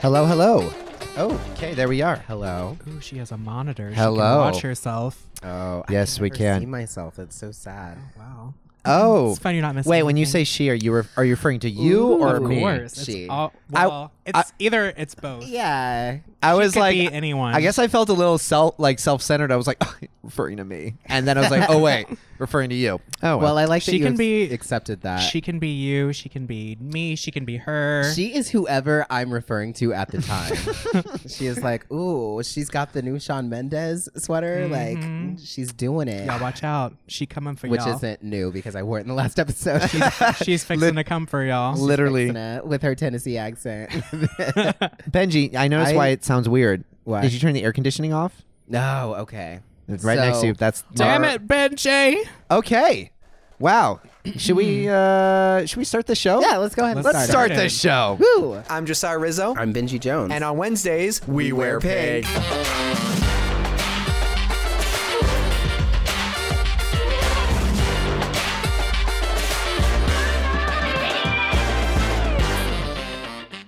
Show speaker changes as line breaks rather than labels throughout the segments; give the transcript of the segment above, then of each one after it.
Hello, hello. Oh, okay, there we are. Hello.
Ooh, she has a monitor. She
Hello.
can watch herself.
Oh, yes, we
See
can.
myself. It's so sad.
Wow.
Oh,
It's fine you're not missing.
wait. When you say
anything.
she, are you re- are you referring to you or
of
me?
course, it's
She.
all-
I-
well, it's either it's both.
Yeah.
I
She
was
could
like,
be anyone.
I guess I felt a little self like self centered. I was like referring to me, and then I was like, oh wait, referring to you. Oh well.
Well, I like that
She
you
can
ex-
be-
accepted that.
she can be you. She can be me. She can be her.
She is whoever I'm referring to at the time. she is like, ooh, she's got the new Sean Mendez sweater. Like,
Mhm.
she's doing it.
y'all watch out. She coming for
Which
y'all.
isn't new because I wore it in the last episode. She's
She's fixing
Lit-
to come for y'all.
literally,
fixing it with her Tennessee accent.
Benji. I noticed
I-
why it sounds weird.
Why?
Did you turn the air conditioning off?
no, okay.
It's right next to
So-
you. That's
Damn
Mar-
it, Benji.
Okay. Wow. should we uh should we start the show?
Yeah, let's go ahead and
Let's start
it.
the show.
it. Woo!
I'm Josiah Rizzo,
I'm Benji Jones.
and on Wednesdays, we, wear pig.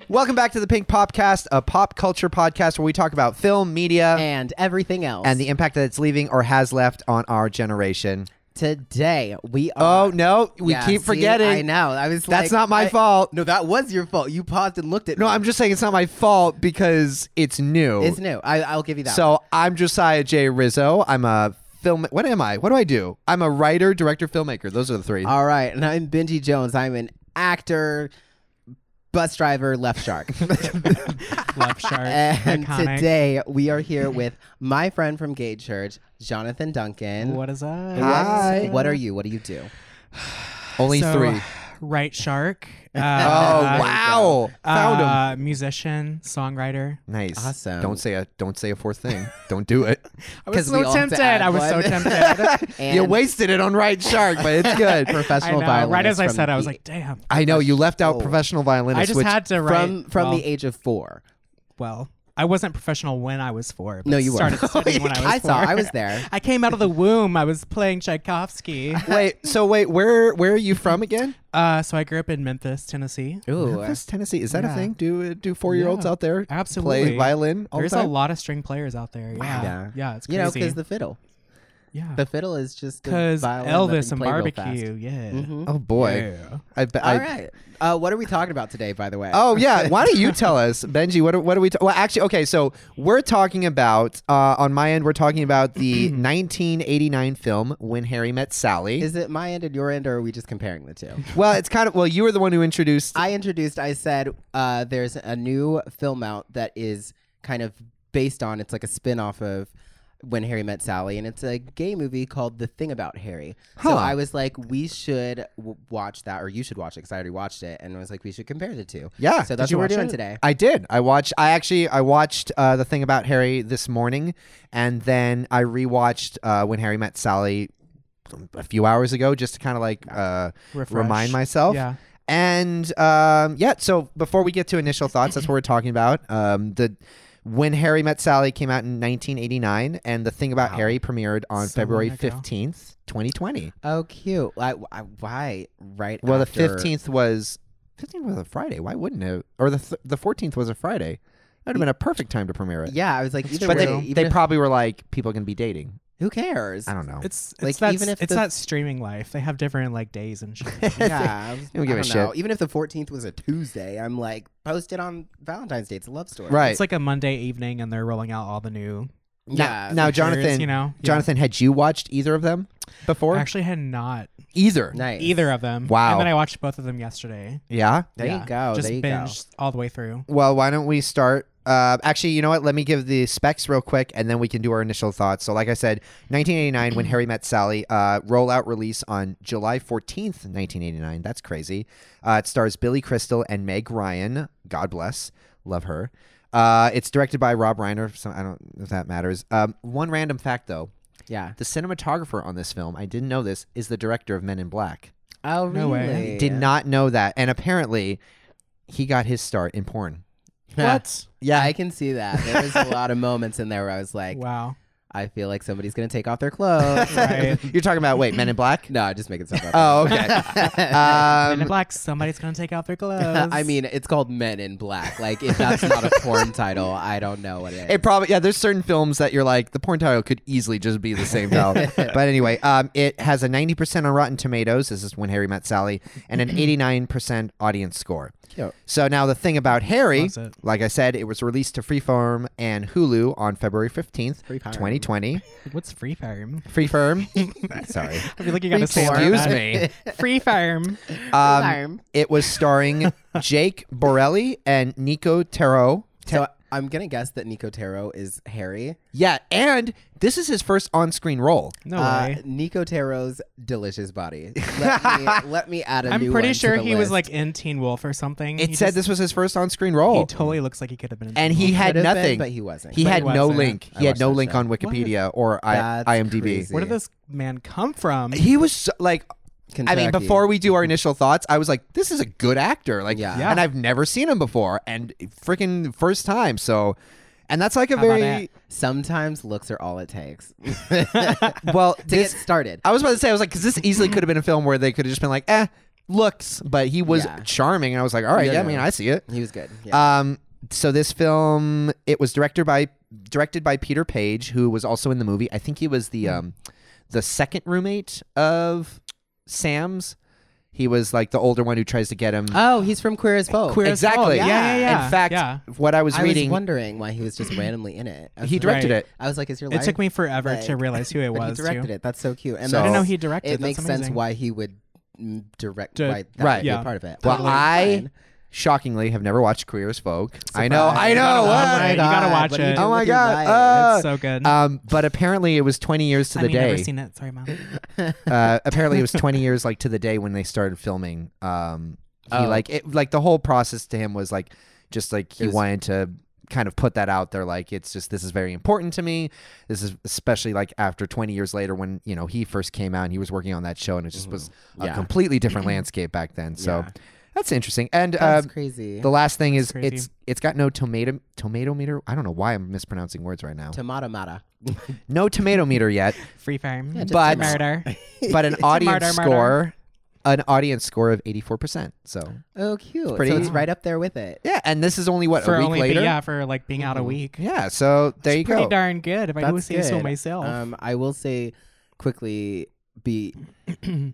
Welcome back to the Pink Popcast, a pop culture podcast where we talk about film, media, and,
Um, and everything else.
the impact that it's leaving or has left on our generation.
today we are.
Oh no, we
Yeah,
keep
see,
forgetting.
I know. I was.
That's
like-
not my
I-
fault.
No, that was your fault. You paused and looked at.
No,
me.
I'm just saying it's not my fault because it's new.
It's new. I, I'll give you that.
So I'm Josiah J. Rizzo. I'm a film. What am I? What do I do? I'm a writer, director, filmmaker. Those are the three.
Uh,
All right, and I'm Benji Jones. I'm an actor, bus driver, left shark.
Love shark.
and
Iconic.
today we are here with my friend from Gay Church, Jonathan Duncan.
What is that?
Hi.
What are you? What do you do?
Only
So,
three.
Right shark. Uh,
Oh wow! Found him.
Uh, musician, songwriter.
Nice.
Awesome.
Don't say a don't say a fourth thing. don't do it.
I
'Cause
was
we
so
all have to
tempted.
add
I was so
one.
tempted.
And
you wasted it on right shark, but it's good.
I
professional
know.
violinist.
Right as I
from
said, I was
the-
like, damn.
I know you left out
Oh.
professional violinist.
I just
which,
had to write.
from from
well,
the age of four.
well, I wasn't professional when I was four. But
No, you were.
started studying when I was
I saw.
four.
I was there.
I came out of the womb. I was playing Tchaikovsky.
Wait. So wait, where where are you from again?
Uh, so I grew up in Memphis, Tennessee.
Ooh,
Memphis, Tennessee. Is that a
Yeah.
thing? Do uh, do four year olds
Yeah,
out there play
absolutely.
violin? All
There's
the
a
time?
lot of string players out there. Yeah,
Yeah.
yeah, it's
you
crazy.
know, because the fiddle.
yeah,
The fiddle is just
because
because
Elvis and barbecue. Yeah.
Mm-hmm.
Oh boy.
Yeah.
I, bet.
All
I,
right. Uh, what are we talking about today, by the way?
Oh yeah, why don't you tell us, Benji? What are, what are we? Ta- well, actually, okay. So we're talking about uh, on my end, we're talking about the 1989 film When Harry Met Sally.
Is it my end and your end, or are we just comparing the two?
well, it's kind of well, you were the one who introduced.
I introduced, I said, uh, there's a new film out that is kind of based on, it's like a spin off of When Harry Met Sally, and it's a gay movie called The Thing About Harry.
Huh.
So I was like, we should w- watch that, or you should watch it, because I already watched it, and I was like, we should compare the two.
yeah,
So
did
that's
you
what
watch
we're doing
it?
today.
I did. I watched. I actually I watched uh, the thing about Harry this morning, and then I rewatched uh, When Harry Met Sally a few hours ago, just to kind of like uh,
Refresh.
remind myself.
Yeah.
And um, yeah, so before we get to initial thoughts, that's what we're talking about. Um, the when Harry Met Sally came out in 1989, and the thing about Harry premiered on
So
February
long ago.
15th, 2020.
Oh, cute. I, I, why? Right.
Well,
after-
the 15th was 15th was a Friday. Why wouldn't it? Or the th- the 14th was a Friday. That'd have been a perfect time to premiere it.
Yeah, I was like, either
but
way,
they,
even
they
if-
probably were like, people can be dating.
who cares?
I don't know.
It's, it's
Like,
that,
even if
it's
the-
that streaming life. They have different like days and shit.
yeah, I was-
don't
I
give a
don't
shit.
know. Even if the 14th was a Tuesday, I'm like, post it on Valentine's Day. It's a love story.
right.
It's like a Monday evening, and they're rolling out all the new.
now,
Yeah.
now
pictures,
Jonathan,
you know? Yeah.
Jonathan, had you watched either of them before?
Actually, had not
either.
nice.
either of them.
Wow.
And then I watched both of them yesterday.
Yeah.
There
Yeah.
you go.
Just
there you
binged all the way through.
Well, why don't we start? Uh, actually, you know what? Let me give the specs real quick, and then we can do our initial thoughts. So, like I said, 1989, when Harry met Sally, uh, rollout release on July 14th, 1989. That's crazy. Uh, it stars Billy Crystal and Meg Ryan. God bless, love her. Uh, it's directed by Rob Reiner. So I don't know if that matters. Um, one random fact, though:
go. Yeah.
the cinematographer on this film, I didn't know this, is the director of Men in Black.
Oh,
No way. really?
Did not know that, and apparently, he got his start in porn.
I can see that. There was a lot of moments in there where I was like,
Wow.
I feel like somebody's gonna take off their clothes.
Right.
You're talking about Uh, wait, Men in Black?
no, I just make it stuff up.
Oh, okay.
Men in
um,
black, somebody's gonna take off their clothes.
I mean, it's called Men in Black. Like, if that's not a porn title, I don't know what it is.
it probably yeah. There's certain films that you're like the porn title could easily just be the same title. but anyway, um, it has a 90% on Rotten Tomatoes. This is when Harry met Sally, and an 89% audience score.
Cute.
So now the thing about Harry,
Loves it.
like I said, it was released to Freeform and Hulu on February 15th,
Freeform.
2020.
what's free farm?
Freeform. Sorry.
I feel like you gotta say it like
Excuse
that.
me.
Free farm.
Um, it was starring Jake Borelli and Nico Taro.
So I'm gonna guess that Nico Taro is Harry.
Yeah, and this is his first on-screen role.
No
Uh,
way.
Nico Taro's delicious body. Let me, let me add a new
I'm pretty
one to
sure
the
he was like
list.
in Teen Wolf or something.
It
He
said
just-
this was his first on-screen
He
role,
totally looks like he could have been. In
and
Teen
he
Wolf.
had
Could have
nothing.
been, but he wasn't.
he
But
had
he
no
wasn't.
link.
I
He had
watched
no
that
link
show.
on Wikipedia or I-
That's
IMDb.
crazy.
Where did this man come from?
He was so, like, I mean,
Kentucky.
before we do our initial thoughts, I was like, this is a good actor, like,
Yeah.
Yeah.
and I've never seen him before, and freaking first time, so, and that's like a
about
very
Sometimes looks are all it takes to
well.
get
This,
started.
I was about to say, I was like, because this easily could have been a film where they could have just been like, eh, looks, but he was
Yeah.
charming, and I was like, all right,
Yeah,
yeah, I
no.
mean, I see it.
He was good. Yeah.
Um, so this film, it was directed by directed by Peter Page, who was also in the movie. I think he was
Hmm.
the um, the second roommate of Sam's. He was like the older one who tries to get him.
oh, he's from Queer as Folk.
Queer as Folk,
exactly.
yeah, yeah, yeah,
In fact,
yeah.
what I was
I
reading,
was wondering why he was just randomly in it. I was
he
like-
directed
Right.
it.
I was like, "Is your
It
life?"
took me forever to
like-
realize who it
but
was. too.
he directed it. That's so cute. And
So-
I
that's-
didn't know he directed.
It
That's
makes sense
amazing.
why he would mm, direct
Di-
right, that
Right.
would be
Yeah.
Part of it.
Well,
Totally
I
fine.
shockingly have never watched Queer as Folk. I know, I
You
know.
gotta watch
what?
it. You gotta watch
what do you
it.
do
Oh my
with your
God,
life?
uh,
It's so good.
Um, but apparently it was 20 years to
I
the
mean,
day.
never seen it. Sorry, mom.
uh, apparently it was 20 years like to the day when they started filming um he
Oh.
like it like the whole process to him was like just like he
It was-
wanted to kind of put that out there like it's just this is very important to me this is especially like after 20 years later when you know he first came out and he was working on that show and it just was a
Mm-hmm. Yeah.
completely different landscape back then so
Yeah.
that's interesting and
That's
um,
crazy.
the last thing is
crazy.
it's it's got no tomato tomato meter i don't know why i'm mispronouncing words right now
Tomato mata.
no tomato meter yet
Free farm.
just
But- tomato.
murder.
but an audience
martyr, martyr.
score, an audience score of eighty four percent. So
Oh, cute.
pretty-
so it's right up there with it.
yeah, and this is only what
for
a week
only
later.
yeah for like being
Mm-hmm.
out a week.
Yeah, so there you
Pretty
go.
darn good. If I do
That's
say so
good.
myself.
Um, I will say quickly. Be,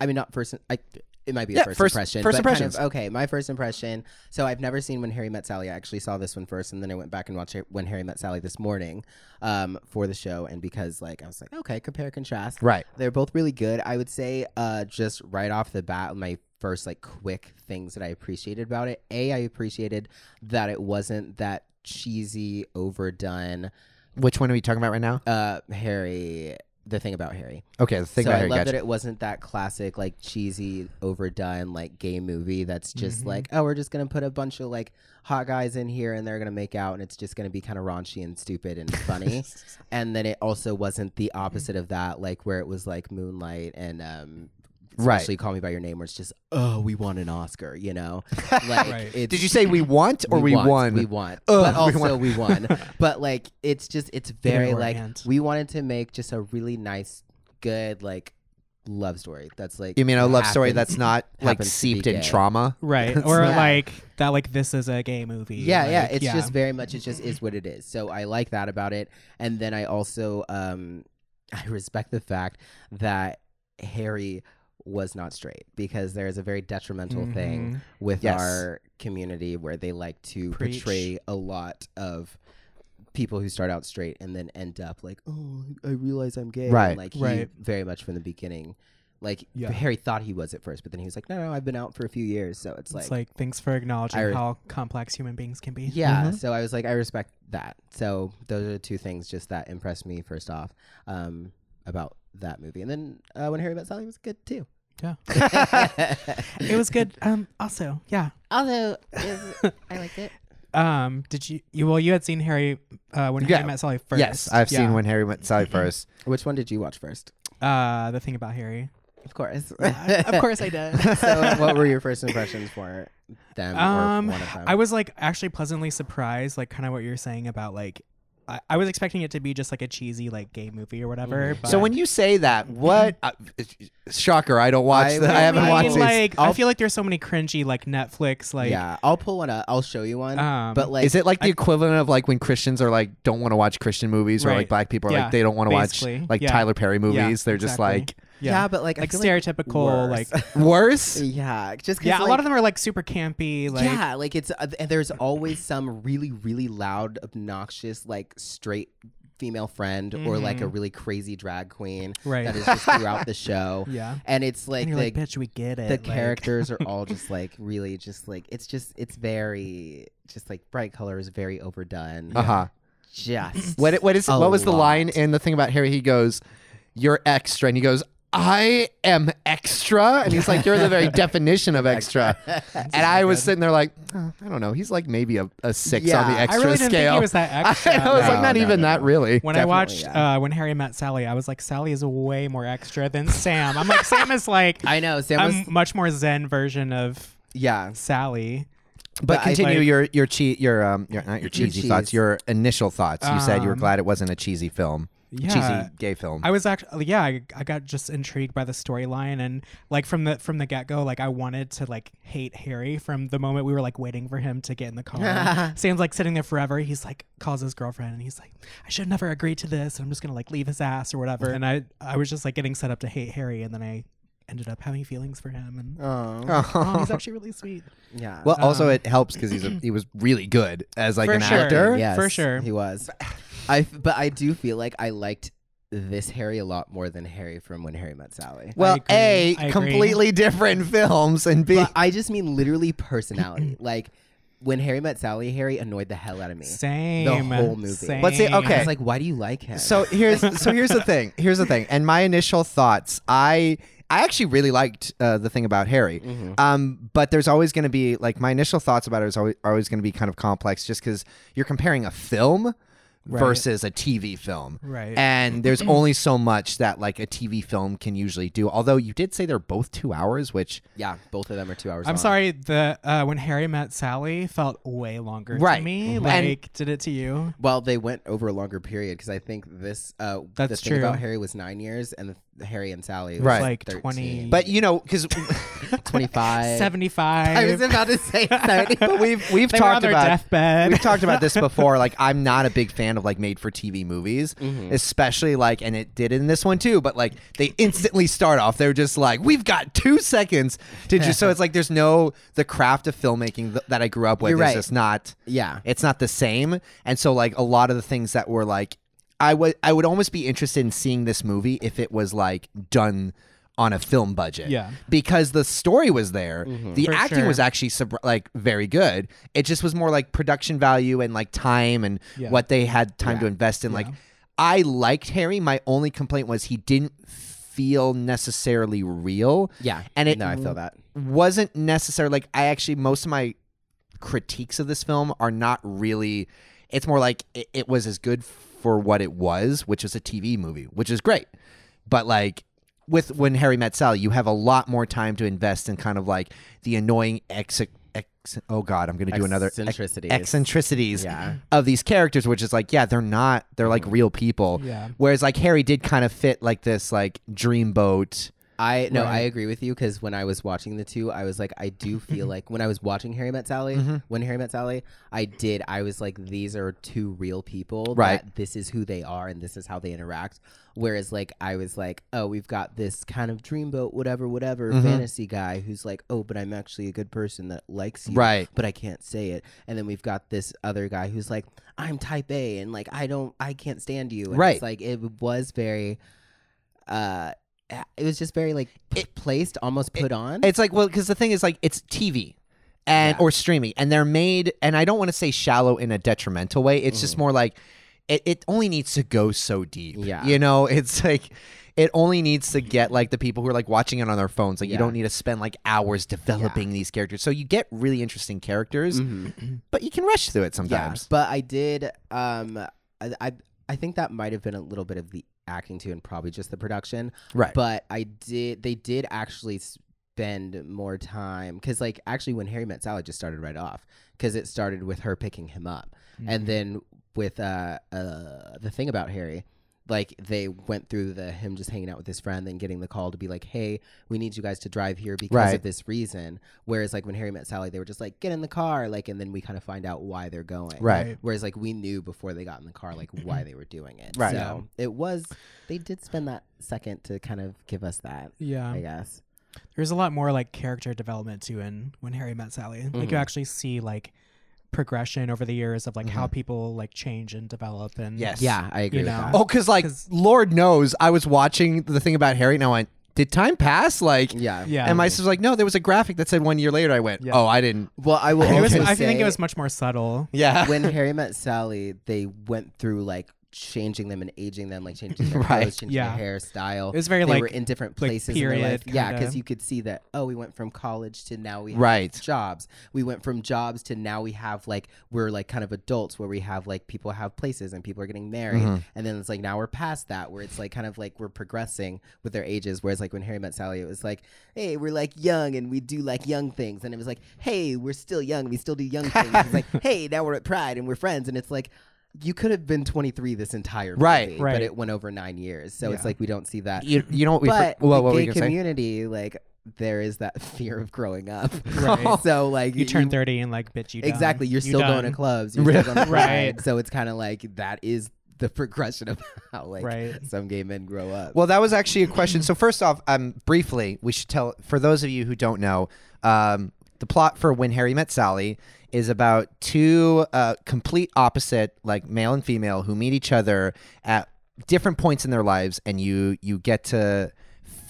I mean, not first. I, it might be
Yeah,
a first,
first-
impression.
first
but kind of-
impressions.
okay, my first impression. So I've never seen When Harry Met Sally. I actually saw this one first, and then I went back and watched it When Harry Met Sally this morning, um, for the show, and because like I was like, okay, compare contrast.
Right.
They're both really good. I would say, uh, just right off the bat, my first like quick things that I appreciated about it. A, I appreciated that it wasn't that cheesy, overdone.
Which one are we talking about right now?
Uh, Harry, the thing about Harry.
Okay, the thing
so
about
I
Harry.
love that
Gotcha.
it wasn't that classic, like cheesy, overdone, like gay movie. That's just
Mm-hmm.
like, oh, we're just gonna put a bunch of like hot guys in here, and they're gonna make out, and it's just gonna be kind of raunchy and stupid and funny. and then it also wasn't the
Mm-hmm.
opposite of that, like where it was like Moonlight and um,
Right.
especially Call Me by Your Name, where it's just, oh, we won an Oscar, you know? Like,
Right.
it's,
Did you say we want or we,
want,
won?
We want.
Ugh,
but
we
also
won.
we won. but like it's just it's very
Either or
like
and.
we wanted to make just a really nice, good like love story. That's like
You mean a love story
happens-
that's not like
happens to
seeped
be
in
gay.
trauma?
right.
That's
Or
not-
like that. Like this is a gay movie.
Yeah, yeah.
like,
It's just very much it just is what it is. So I like that about it. And then I also um I respect the fact that Harry was not straight because there is a very detrimental
Mm-hmm.
Mm-hmm.
thing with
Yes.
our community where they like to
Preach.
portray a lot of people who start out straight and then end up like, oh, I realize I'm gay. And,
Right.
like he
Right.
very much from the beginning. Like
Yeah.
Harry thought he was at first, but then he was like, no, no, I've been out for a few years, so it's,
It's like thanks for acknowledging
I re-
how complex human beings can be.
yeah. So I was like, I respect that. So those are the two things just that impressed me first off um, about that movie. And then uh, when Harry Met Sally was good too.
Yeah. It was good. Um. Also, yeah.
Although is, I liked it.
Um. Did you? you well, you had seen Harry uh, when
Yeah.
Harry met Sally first.
Yes, I've seen
Yeah. Mm-hmm.
when Harry went Sally first.
Which one did you watch first?
Uh. The thing about Harry.
Of course.
of course, I did.
so what were your first impressions for them
Um,
or one of them?
I was like actually pleasantly surprised, like kind of what you're saying about like I, I was expecting it to be just like a cheesy like gay movie or whatever.
Mm-hmm.
But
So when you say that, what uh, shocker? I don't watch.
I
the, I
I
haven't
mean,
watched these.
like I
I'll-
feel like there's so many cringy like Netflix like
yeah, I'll pull one up. I'll show you one.
Um,
but like,
is it like the equivalent of like when Christians are like don't want to watch Christian movies, or like
Right.
black people are
Yeah,
like they don't want to watch
basically.
like
Yeah.
Tyler Perry movies? They're just
exactly.
like
yeah, but like, I
like
feel
stereotypical like,
worse.
worse.
yeah, just 'cause,
yeah.
like,
a lot of them are like super campy like
yeah, like it's uh, and there's always some really really loud, obnoxious like straight female friend or like a
Mhm.
really crazy drag queen
Right.
that is just throughout the show,
yeah.
and it's like
and you're
the,
like, bitch, we get it.
the
like-
characters are all just like really just like it's just it's very just like bright colors, very overdone.
Uh huh.
Just
What what is
a
what was the
lot.
line in the thing about Harry? He goes, "You're extra," and he goes, "I am extra," and he's like, "You're the very definition of extra." and I was sitting there like, "Oh, I don't know. He's like maybe a, a six on
Yeah,
the
I
I
extra
really didn't
scale.
think he was that extra.
I was like,
No,
not
no,
even
no,
that
no.
really.
when I
Definitely,
watched
yeah.
uh, when Harry met Sally, I was like, Sally is way more extra than Sam. I'm like, Sam is like
I know Sam
a
was
much more zen version of
yeah.
Sally.
But,
But I
continue
like-
your your che- your um your, not your cheesy
cheese.
thoughts, your initial thoughts. You said you were
Um,
glad it wasn't a cheesy film,
Yeah.
cheesy gay film.
I was actually yeah, I, I got just intrigued by the storyline and like from the from the get go, like I wanted to like hate Harry from the moment we were like waiting for him to get in the car. Sam's like sitting there forever. He's like calls his girlfriend and he's like, I should never agree to this. And I'm just gonna like leave his ass or whatever. And I I was just like getting set up to hate Harry, and then I ended up having feelings for him. And
Oh,
oh, he's
Oh.
actually really sweet.
yeah.
well, also
um,
it helps because he's a, he was really good as like
For
an
sure.
actor.
Yeah.
Yes,
For sure.
he was. I f- but I do feel like I liked this Harry a lot more than Harry from When Harry Met Sally.
Well,
agree.
a
I agree.
completely different films, and b
But I just mean literally personality. like when Harry Met Sally, Harry annoyed the hell out of me.
Same.
whole movie.
Same.
But see,
I
okay.
was like, why do you like him?
So here's so here's the thing. Here's the thing. And my initial thoughts. I I actually really liked uh, the thing about Harry.
Mm-hmm.
Um, but there's always going to be like my initial thoughts about it is always, always going to be kind of complex, just because you're comparing a film versus a TV film.
Right.
And there's only so much that like a TV film can usually do. Although you did say they're both two hours, which
yeah, both of them are two hours.
I'm
long.
sorry. The uh, when Harry met Sally felt way longer
Right.
to me.
Mhm.
Like,
And-
did it to you?
Well, they went over a longer period because I think this. Uh, the
That's
thing about
true.
Harry was nine years, and the Harry and Sally was
Right.
Like
13.
20.
but you know because
25.
Seventy-five.
I was about to say 70.
but we've we've
They were on
talked
their
about
deathbed.
we've talked about this before. Like, I'm not a big fan of like made for TV movies,
Mm-hmm.
especially like, and it did in this one too. But like, they instantly start off. They're just like, we've got two seconds to just. so it's like, there's no the craft of filmmaking th- that I grew up with.
You're
is
right.
just not.
yeah.
It's not the same. And so like a lot of the things that were like, I would I would almost be interested in seeing this movie if it was like done. On a film budget,
Yeah.
because the story was there,
Mm-hmm.
the
For
acting
sure.
was actually sub- like very good. It just was more like production value and like time and
Yeah.
what they had time to invest in. Like, I liked Harry. My only complaint was he didn't feel necessarily real.
Yeah.
and it
no, I feel that.
wasn't necessarily like I actually most of my critiques of this film are not really. It's more like it, it was as good for what it was, which is a TV movie, which is great. But like with when Harry met Sally, you have a lot more time to invest in kind of like the annoying ex. ex oh God, I'm gonna do another ex-
Eccentricities.
eccentricities
Yeah. Mm-hmm.
of these characters, which is like yeah, they're not they're like real people.
Yeah.
Whereas like Harry did kind of fit like this like dreamboat.
I no, I
Right.
agree with you because when I was watching the two, I was like, I do feel like when I was watching Harry Met Sally,
Mm-hmm.
when Harry Met Sally, I did. I was like, these are two real people.
Right.
That this is who they are and this is how they interact. Whereas like I was like, oh, we've got this kind of dreamboat, whatever, whatever,
Mm-hmm.
fantasy guy who's like, oh, but I'm actually a good person that likes you,
Right.
But I can't say it. And then we've got this other guy who's like, I'm type A and like I don't, I can't stand you. And
Right.
It's like it was very. Uh, it was just very like p- placed, almost put on.
It's like well, because the thing is like it's TV and
Yeah.
or streaming, and they're made. And I don't want to say shallow in a detrimental way. It's
Mm.
just more like it, it only needs to go so deep.
Yeah.
you know, it's like it only needs to get like the people who are like watching it on their phones. Like you
Yeah.
don't need to spend like hours developing these characters. So you get really interesting characters, but you can rush through it
Mm-hmm. yeah,
sometimes.
but I did. Um, I, I I think that might have been a little bit of the acting too, and probably just the production.
Right.
But I did. They did actually spend more time because, like, Mm-hmm. actually, when Harry Met Sally just started right off because it started with her picking him up, and then. with uh, uh, the thing about Harry. Like they went through the him just hanging out with his friend and getting the call to be like, "Hey, we need you guys to drive here because
Right.
of this reason." Whereas like when Harry met Sally, they were just like, "Get in the car," like, and then we kind of find out why they're going.
Right.
Right.
Whereas like we knew before they got in the car like why they were doing it.
Right.
So it was they did spend that second to kind of give us that.
Yeah.
I guess.
There's a lot more like character development too in when Harry met Sally.
Mm-hmm.
Like you actually see like progression over the years of like how
Mm-hmm.
people like change and develop and
Yes.
Yeah, I agree
You
with
know.
that.
Oh, because like
'Cause-
Lord knows, I was watching the thing about Harry, and I went, "Did time pass?" Like,
Yeah.
Yeah.
And my sister's like, "No, there was a graphic that said one year later." I went,
Yeah.
"Oh, I didn't."
Well, I will
It was,
also
I
say
think it was much more subtle.
Yeah.
when Harry met Sally, they went through like changing them and aging them, like changing their
Right.
clothes, changing
Yeah.
their hairstyle.
It was very,
they
like-
were in different
like,
places in their life.
period
Yeah,
kinda.
because you could see that. Oh, we went from college to now we have
Right.
jobs. We went from jobs to now we have like we're like kind of adults where we have like people have places and people are getting married,
Mm-hmm.
and then it's like now we're past that where it's like kind of like we're progressing with their ages. Whereas like when Harry met Sally, it was like, hey, we're like young and we do like young things, and it was like, hey, we're still young, we still do young things. It's like, hey, now we're at Pride and we're friends, and it's like. You could have been 23 this entire
Right,
movie,
right.
but it went over nine years, so it's
Yeah.
like we don't see that
you, you know what we?
but
for- well,
the
what were
gay
you gonna say?
community, like there is that fear of growing up.
Right.
so like
You turn 30 and like bitch you done.
exactly, you're
You
still going to
done.
clubs, you're still going to
Right.
pride. So it's kind of like that is the progression of how like
Right.
some gay men grow up.
Well, that was actually a question. So first off, um, briefly, we should tell for those of you who don't know, um, the plot for When Harry Met Sally is about two uh, complete opposite, like male and female, who meet each other at different points in their lives, and you you get to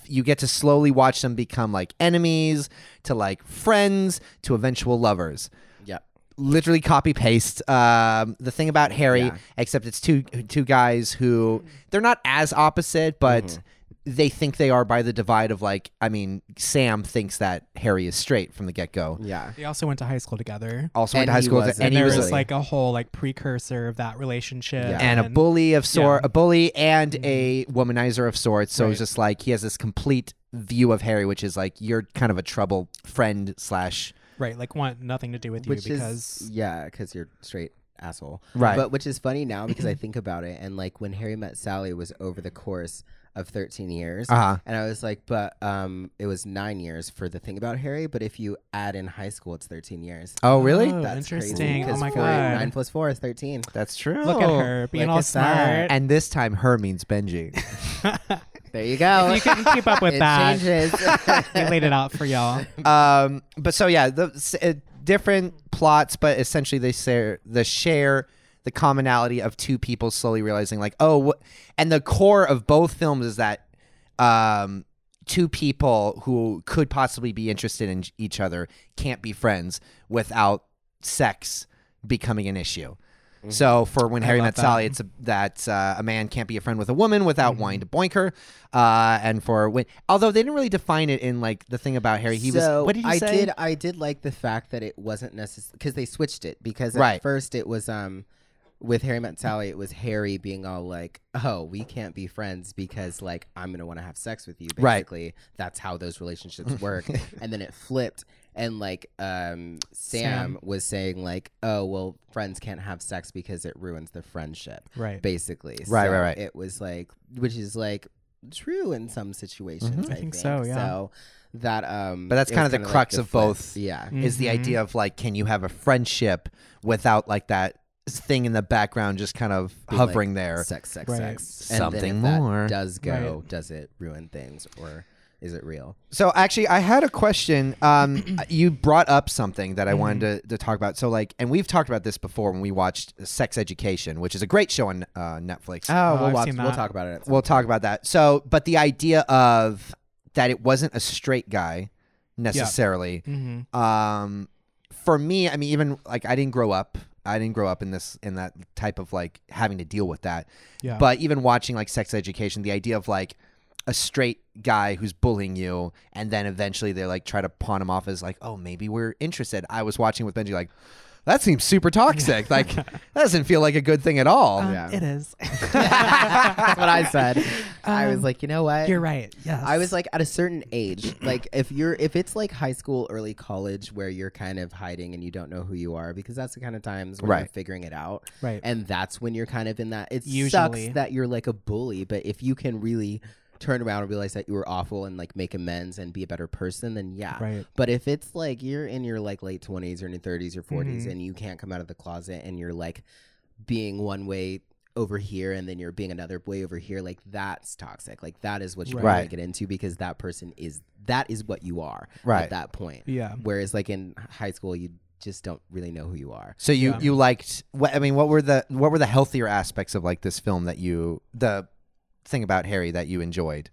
you get to slowly watch them become like enemies to like friends to eventual lovers
yeah,
literally copy paste um, the thing about Harry, except it's two two guys who
Mm-hmm.
they're not as opposite, but they think they are by the divide of like, I mean, Sam thinks that Harry is straight from the get go.
yeah,
They also went to high school together.
Also went
And
to high
he
school, with-
wasn't
and he
there
was
was
really-
like a whole like precursor of that relationship
Yeah.
and a bully of sort,
Yeah. Mm-hmm.
a bully and a womanizer of sorts. So it's
Right.
just like he has this complete view of Harry, which is like you're kind of a trouble friend slash
right like want nothing to do with you
which
because
is yeah, because you're straight asshole.
right.
But which is funny now because I think about it and like when Harry met Sally was over the course of 13 years.
uh-huh.
And I was like, but um, it was nine years for the thing about Harry. But if you add in high school, it's 13 years.
Oh, really?
Oh,
That's crazy,
interesting. Oh
'cause
my
four- Nine
god.
plus four is 13.
That's true.
Look at her being
look
all
at that.
smart.
And this time, her means Benji.
There you go.
you couldn't keep up with
it
that.
changes.
We laid it out for y'all.
um, but so yeah, the s- uh, different plots, but essentially they share the share the commonality of two people slowly realizing like oh, wh- and the core of both films is that um, two people who could possibly be interested in j- each other can't be friends without sex becoming an issue. So for when
Mm-hmm. I
Harry
love
met
that. Mm-hmm.
Sally, it's a, that uh, a man can't be a friend with a woman without wanting to boink her. Uh, and for when, although they didn't really define it in like the thing about Harry, he
so
was. What did you
I
say?
did. I did like the fact that it wasn't necessary because they switched it. Because at
Right.
first it was um, with Harry Met Sally, it was Harry being all like, "Oh, we can't be friends because like I'm gonna want to have sex with you."
Right.
Basically, that's how those relationships work. and then it flipped. And like um, Sam,
Sam.
was saying, like, oh well, friends can't have sex because it ruins the friendship.
Right.
basically.
Right,
So
right, right.
It was like, which is like true in some situations. I,
I think so, yeah.
So that, um,
Mm-hmm. But that's
it
kinda
was
the
kinda
crux
the
of
flip.
both.
Yeah,
Is the
Mhm.
idea of like, can you have a friendship without like that thing in the background just kind of
Being, like,
hovering there?
sex, sex,
Right.
sex,
Something
and then if
more.
That does go?
Right.
Does it ruin things or is it real?
So actually, I had a question. Um, you brought up something that I wanted to, to talk about. So like, and we've talked about this before when we watched Sex Education, which is a great show on uh, Netflix.
Oh,
we'll
we'll
I've
watch,
seen
we'll
that.
talk about it. at some
We'll talk about that. So, but the idea of that it wasn't a straight guy necessarily.
Mhm.
Um, for me, I mean, even like I didn't grow up. I didn't grow up in this in that type of like having to deal with that.
Yeah.
But even watching like Sex Education, the idea of like a straight guy who's bullying you, and then eventually they like try to pawn him off as like, oh, maybe we're interested. I was watching with Benji like. that seems super toxic. like that doesn't feel like a good thing at all.
Um,
Yeah.
It is.
That's what I said. I was
Um,
like, you know what?
You're right. Yes.
I was like at a certain age, like if you're if it's like high school, early college, where you're kind of hiding and you don't know who you are, because that's the kind of times when you're
Right.
figuring it out,
Right.
and that's when you're kind of in that. It
Usually.
sucks that you're like a bully, but if you can really turn around and realize that you were awful and like make amends and be a better person, then yeah.
Right.
But if it's like you're in your like late twenties or in your thirties or 40s
Mm-hmm.
and you can't come out of the closet and you're like being one way over here and then you're being another way over here, like that's toxic. Like that is what you
Right.
want to
Right.
get into because that person is that is what you are
Right.
at that point.
Yeah.
Whereas like in high school, you just don't really know who you are.
So you
Yeah.
you liked what I mean what were the what were the healthier aspects of like this film that you the thing about Harry that you enjoyed?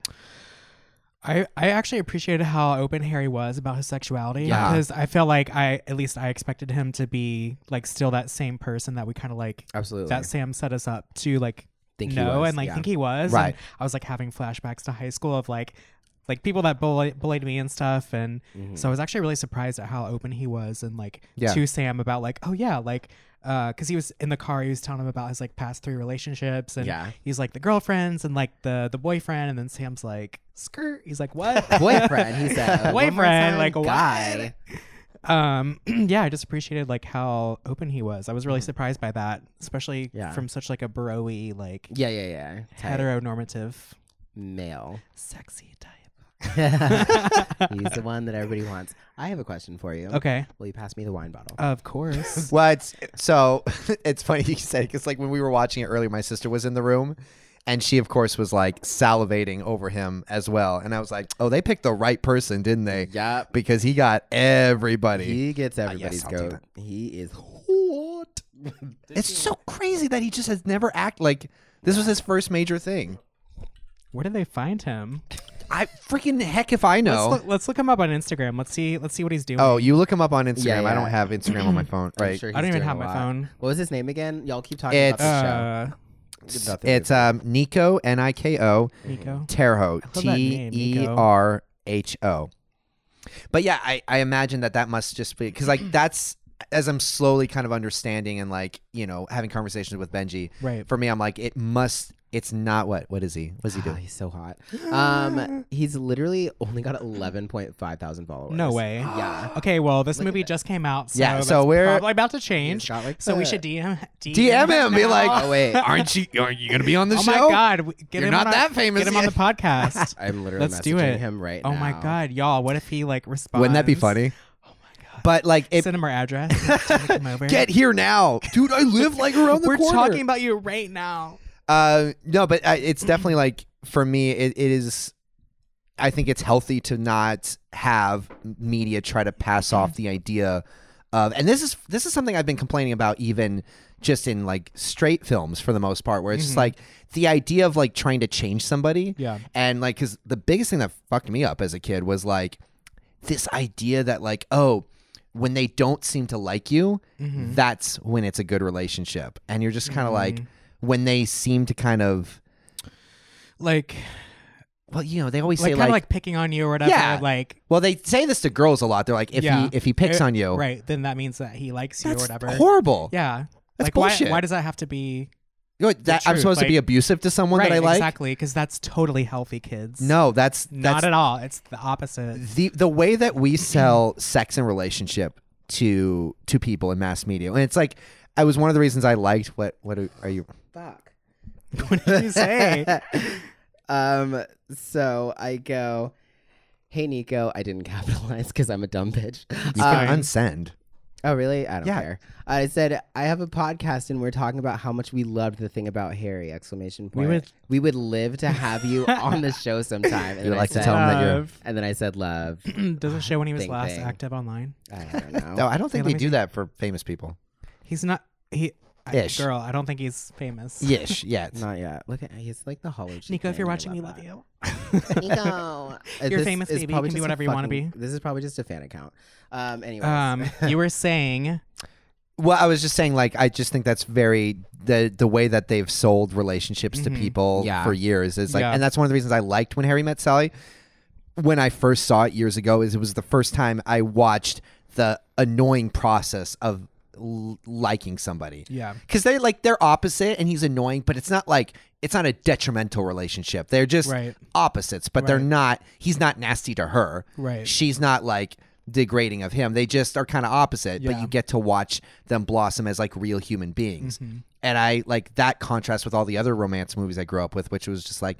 I, I actually appreciated how open Harry was about his sexuality
Yeah.
because I feel like I at least I expected him to be like still that same person that we kind of like
Absolutely.
that Sam set us up to like
Think he
know
was,
and like
yeah.
think he was And
Right.
I was like having flashbacks to high school of like like people that bully, bullied me and stuff and
Hmm.
Mm-hmm.
so I was actually really surprised at how open he was and like
Yeah.
to Sam about like oh yeah like uh cuz he was in the car he was telling him about his like past three relationships and
Yeah.
he's like the girlfriends and like the the boyfriend and then Sam's like skirt he's like what
boyfriend, he said. uh, "One more
Boyfriend,
time,
like, what?"
guy.
um yeah i just appreciated like how open he was i was really surprised by that especially
Hmm. Yeah.
from such like a broy like
Yeah, yeah, yeah. Type
heteronormative
male.
sexy type
He's the one that everybody wants. I have a question for you.
okay Uh,
Will you pass me the wine bottle?
of course
Well, it's so it's funny you said because like when we were watching it earlier, my sister was in the room, and she of course was like salivating over him as well, and I was like, oh, they picked the right person, didn't they?
Yep.
because he got everybody.
He
Uh,
gets everybody's
yes, I'll do
goat. He is hot.
it's so crazy that he just has never act like this was his first major thing.
where did they find him
I freaking heck if I know.
let's, look, let's look him up on instagram let's see let's see what he's doing
oh, you look him up on Instagram.
Yeah,
I
yeah.
don't have Instagram on my phone.
I'm
Right.
sure
i don't
he's
even
doing
have
a
my
lot.
phone
What was his name again? Y'all keep talking
It's-
about
uh
the show.
It's um Nico N I K O
nico
Terho
love that
T
name,
E
Nico.
R H O. But yeah, I I imagine that that must just be because like that's as I'm slowly kind of understanding and like you know having conversations with Benji.
right
For me, I'm like it must. It's not what. What is he? What does he do?
Ah, he's so hot. Um, he's literally only got eleven point five thousand followers.
no way
Yeah.
okay well this
Look at
movie
that.
just came out so
Yeah,
that's
so we're-
probably about to
He's
change
got, like,
so we
the-
should dm dm,
DM him. Be
now.
like,
Oh wait,
aren't you? Are you gonna be on the
oh
show?
my god we- get
You're
him
not
on
that
our,
famous
get him on the
yet.
podcast
I'm literally
Let's
messaging
do it.
him right
Oh
now.
my god, Oh y'all! What if he like responds?
Wouldn't that be funny? But like it.
Send him our address. Tell him to come over.
Get here now, dude! I live like around the
We're
corner.
talking about you right now.
Uh, no, but I, it's definitely like for me, it, it is. I think it's healthy to not have media try to pass off the idea of, and this is this is something I've been complaining about even just in like straight films for the most part, where it's just like the idea of like trying to change somebody,
Yeah.
and like because the biggest thing that fucked me up as a kid was like this idea that like oh when they don't seem to like you
Mm-hmm.
that's when it's a good relationship and you're just kind of like
Mm-hmm.
when they seem to kind of
Like,
well you know they always
like
say
kind of
like,
like, picking on you or whatever.
Yeah.
Like,
well they say this to girls a lot they're like if
yeah,
he if he picks
Eh,
on you
right? Then that means that he likes you or
that's
whatever.
horrible
Yeah.
That's
like, why,
bullshit.
why does that have to be
You know, that, i'm
truth,
supposed to be
like-
abusive to someone
right?
that i like
Exactly, because that's totally healthy, kids.
no that's
not
that's
at all. It's the opposite.
the the way that we
Mm-hmm.
sell sex and relationship to to people in mass media, and it's like I was one of the reasons I liked what what are, are you?
Fuck.
what did you say?
um, so I go, hey Nico, I didn't capitalize because I'm a dumb bitch.
You
Um,
Uh,
can unsend.
oh really? I don't
Yeah.
care. I said I have a podcast and we're talking about how much we loved the thing about Harry! Exclamation point. We
would-
would, live to have you on the show sometime. And
You'd
then I
like to
said-
tell him that you're.
Love.
And then I said love.
Doesn't Uh, show when he was
Bing,
last
bing.
active online.
I don't know.
No, Oh, I don't think
oh, let
they
me
do that for famous people.
He's not. He. I-
Ish.
Girl, I don't think he's famous.
Yes, yet.
Not yet. Look at he's like the hollow. chick
Nico, if
man.
you're
I
watching, we love
that.
you.
Nico,
You're famous, baby. You can be whatever you wanna be.
This is probably just a fan account. Um. Anyway.
um, you were saying
Well, I was just saying, like, I just think that's very the the way that they've sold relationships to people
Yeah.
for years is like,
Mm-hmm. Yeah.
and that's one of the reasons I liked when Harry met Sally. When I first saw it years ago, is it was the first time I watched the annoying process of l- liking somebody.
Yeah.
Because they're like they're opposite, and he's annoying, but it's not like it's not a detrimental relationship. They're just
Right.
opposites, but they're
Right.
not. He's not nasty to her.
Right.
She's not like degrading of him. They just are kind of opposite, but
Yeah.
you get to watch them blossom as like real human beings.
Mm-hmm.
And I like that contrast with all the other romance movies I grew up with, which was just like,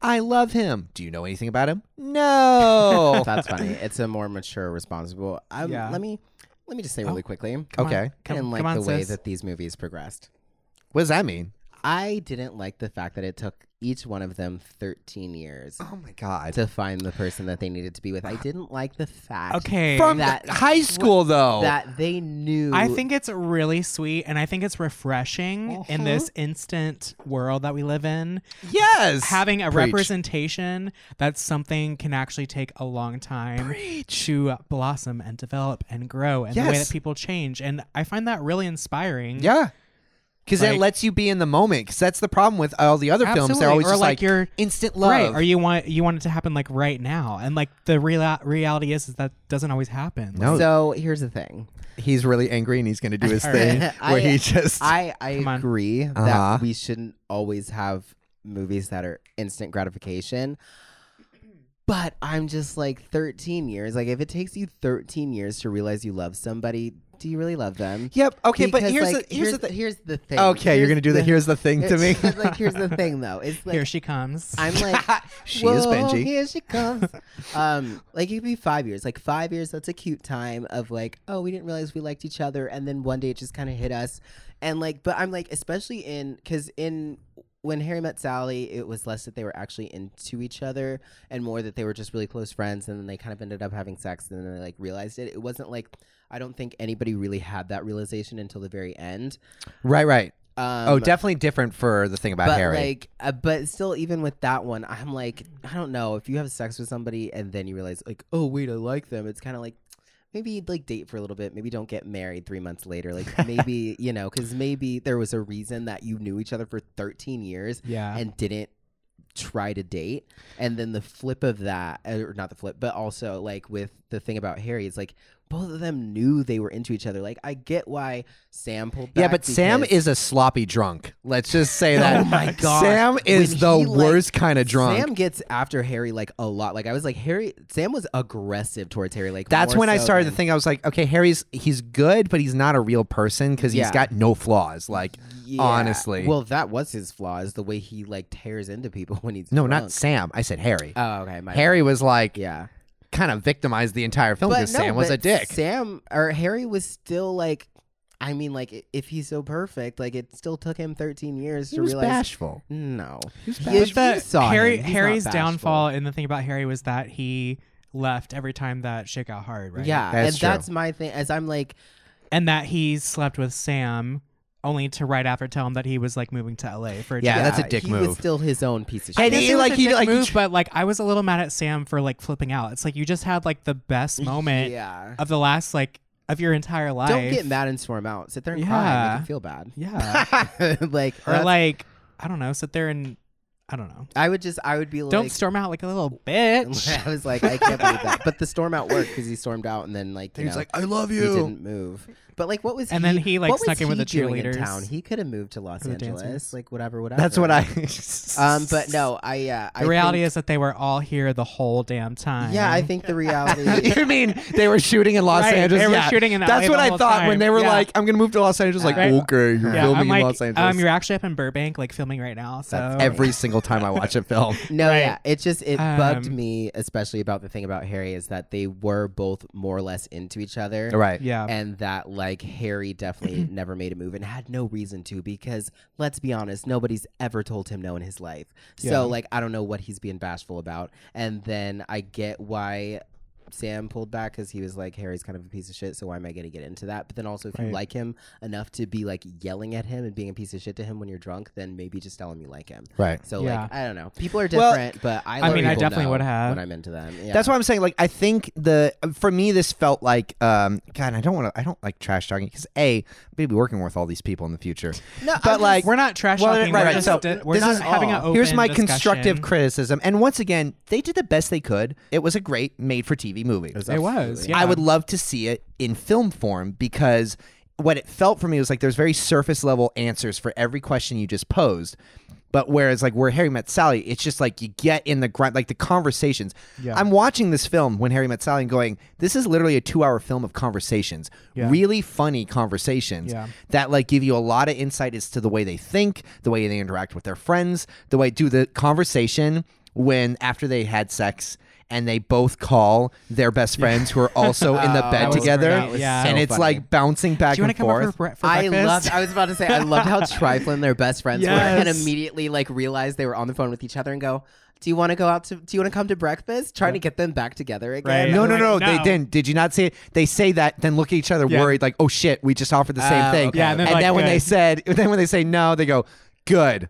I love him. Do you know anything about him? No.
That's funny. It's a more mature, responsible. Um,
Yeah. Oh,
Let me let me just say really quickly.
Come on.
okay.
I
Come,
didn't like
come on,
the way
sis.
that these movies progressed.
What does that mean?
I didn't like the fact that it took each one of them 13 years
Oh my god.
to find the person that they needed to be with. I didn't like the fact
Okay.
From
that-
high school though.
that they knew.
I think it's really sweet and I think it's refreshing in this
Uh-huh.
instant world that we live in.
yes.
Having a
Preach.
representation that something can actually take a long time to blossom and develop and grow and the way
Yes.
that people change. And I find that really
Mm-hmm.
inspiring.
Yeah. Because it
Like-
lets you be in the moment. Because that's the problem with all the other films. They're
Absolutely.
always
Or
just
like
like,
you're-
instant love.
Right, or you want you want it to happen like right now, and like the real reality is, is that doesn't always happen.
No.
So here's the thing.
he's really angry and he's going to do his thing where
I-
he just.
I, I
Come on.
agree
Uh-huh.
that we shouldn't always have movies that are instant gratification. But I'm just like 13 years. Like, if it takes you 13 years to realize you love somebody, do you really love them?
yep. Okay, but
Because,
here's
like,
the, here's,
here's,
the thing.
here's the thing.
Okay, you're
Here's
going to do the here's the thing to me.
it's like here's the thing though. It's like
Here she comes.
I'm like
she
Whoa,
is Benji.
Here she comes. um, like it could be five years. Like five years, that's a cute time of like, oh, we didn't realize we liked each other, and then one day it just kind of hit us. And like, but I'm like, especially in because in when Harry met Sally, it was less that they were actually into each other and more that they were just really close friends, and then they kind of ended up having sex, and then they like realized it. It wasn't like I don't think anybody really had that realization until the very end.
Right, right.
Um,
oh, definitely different for the thing about
but
Harry.
like, uh, but still, even with that one, I'm like, I don't know. If you have sex with somebody and then you realize, like, oh wait, I like them. It's kind of like maybe like date for a little bit. Maybe don't get married three months later. Like maybe you know, because maybe there was a reason that you knew each other for 13 years
yeah,
and didn't try to date and then the flip of that uh, or not the flip but also like with the thing about harry it's like both of them knew they were into each other like i get why sam pulled
yeah,
back
but Sam
because-
is a sloppy drunk. Let's just say that.
Oh my God.
Sam is
When
the
he, like-
worst kind of drunk.
Sam gets after Harry like a lot. Like I was like Harry. Sam was aggressive towards Harry. Like
That's
more
when I
so
started to
than-
think I was like, okay, Harry's he's good, but he's not a real person because he's
Yeah.
got no flaws. Like,
Yeah.
honestly,
Well, that was his flaw is the way he like tears into people when he's
no,
drunk.
not Sam. I said Harry.
Oh, okay. My
Harry was like,
Yeah.
kind of victimized the entire film because Sam was
but
a dick.
Sam or Harry was still like, I mean, like i- if he's so perfect, like it still took him 13 years
he
to
was
realize.
bashful.
No. He
But the- Harry,
him, he's not
Harry's
bashful.
downfall and the thing about Harry was that he left every time that shit got hard, right?
Yeah,
That's
and
true.
that's my thing. As I'm like,
and that he slept with Sam only to right after tell him that he was like moving to LA for a
Yeah,
job.
that's a dick
he
move.
was still his own piece of shit.
And
Yes,
he
it was
like
a
he
dick
like he
move,
tr-
but like I was a little mad at Sam for like flipping out. It's like you just had like the best moment
Yeah.
of the last like of your entire life.
Don't get mad and storm out. Sit there and cry. Make
Yeah.
him feel bad.
Yeah.
like,
or like I don't know, sit there and I don't know.
I would just, I would be like,
Don't storm out like a little bitch.
I was like, I can't believe that. But the storm out worked because he stormed out and then like, you know,
I love
he didn't move. But like, what was
And
he?
then he, like,
what was
snuck in with
he
the
doing in
cheerleaders.
town? He could have moved to Los
And the
Angeles,
dancers.
like whatever, whatever.
That's what I.
Um, but no, I. Uh,
The reality is that they were all here the whole damn time.
Yeah, I think the reality.
you mean they were shooting in Los
Right,
Angeles?
they were
Yeah.
shooting in
That's
LA
what
the
I
whole
thought when
time.
they were
Yeah.
like, "I'm gonna move to Los Angeles." Like,
Right.
okay, you're
Yeah,
filming
I'm like,
in Los Angeles.
Um, you're actually up in Burbank, like filming right now. So
Every single time I watch a film,
No,
Right.
yeah, it just it bugged
Um,
me, especially about the thing about Harry is that they were both more or less into each other,
right?
yeah,
and that like Harry definitely never made a move and had no reason to because let's be honest, nobody's ever told him no in his life.
Yeah.
So like I don't know what he's being bashful about. And then I get why Sam pulled back because he was like Harry's kind of a piece of shit, so why am I going to get into that? But then also if you
Right.
like him enough to be like yelling at him and being a piece of shit to him when you're drunk, then maybe just tell him you like him.
Right.
So
Yeah.
like I don't know. People are
Well,
different, but I
I
let
mean, I
people
definitely
know
would have.
when I'm into them. Yeah.
That's why I'm saying, like, I think the for me this felt like, um, God, I don't want to, I don't like trash talking because a, I'm gonna be working with all these people in the future.
No,
but
I'm
like,
we're not trash
Well,
talking.
right,
we're
right.
Just,
So
di- we're
this
not
is
having an
all-
open
Here's my
discussion.
constructive criticism, and once again, they did the best they could. It was a great made-for-TV movie.
It was. Yeah.
I would love to see it in film form because what it felt for me was like there's very surface level answers for every question you just posed. But whereas like where Harry Met Sally, it's just like you get in the grind, like the conversations.
Yeah.
I'm watching this film when Harry Met Sally and going, this is literally a two hour film of conversations,
Yeah.
really funny conversations
Yeah.
that like give you a lot of insight as to the way they think, the way they interact with their friends, the way do the conversation when after they had sex and they both call their best friends who are also in the
Oh,
bed
that was-
together
that was Yeah. so
and it's
funny.
like bouncing back
Do you want
and
to come
forth.
over for, bre- for
I
breakfast?
loved. I was about to say. I loved how trifling their best friends were, and
Yes.
immediately like realized they were on the phone with each other and go, "Do you want to go out to? Do you want to come to breakfast?" Trying to get them back together again.
Right.
no, no,
Like,
no, They
no.
didn't. Did you not see it? They say that, then look at each other
Yeah.
worried, like, "Oh shit, we just offered the same
Oh,
thing."
okay. Yeah,
and
and
then,
then,
like,
when they
good.
said, then when they say no, they go, "Good."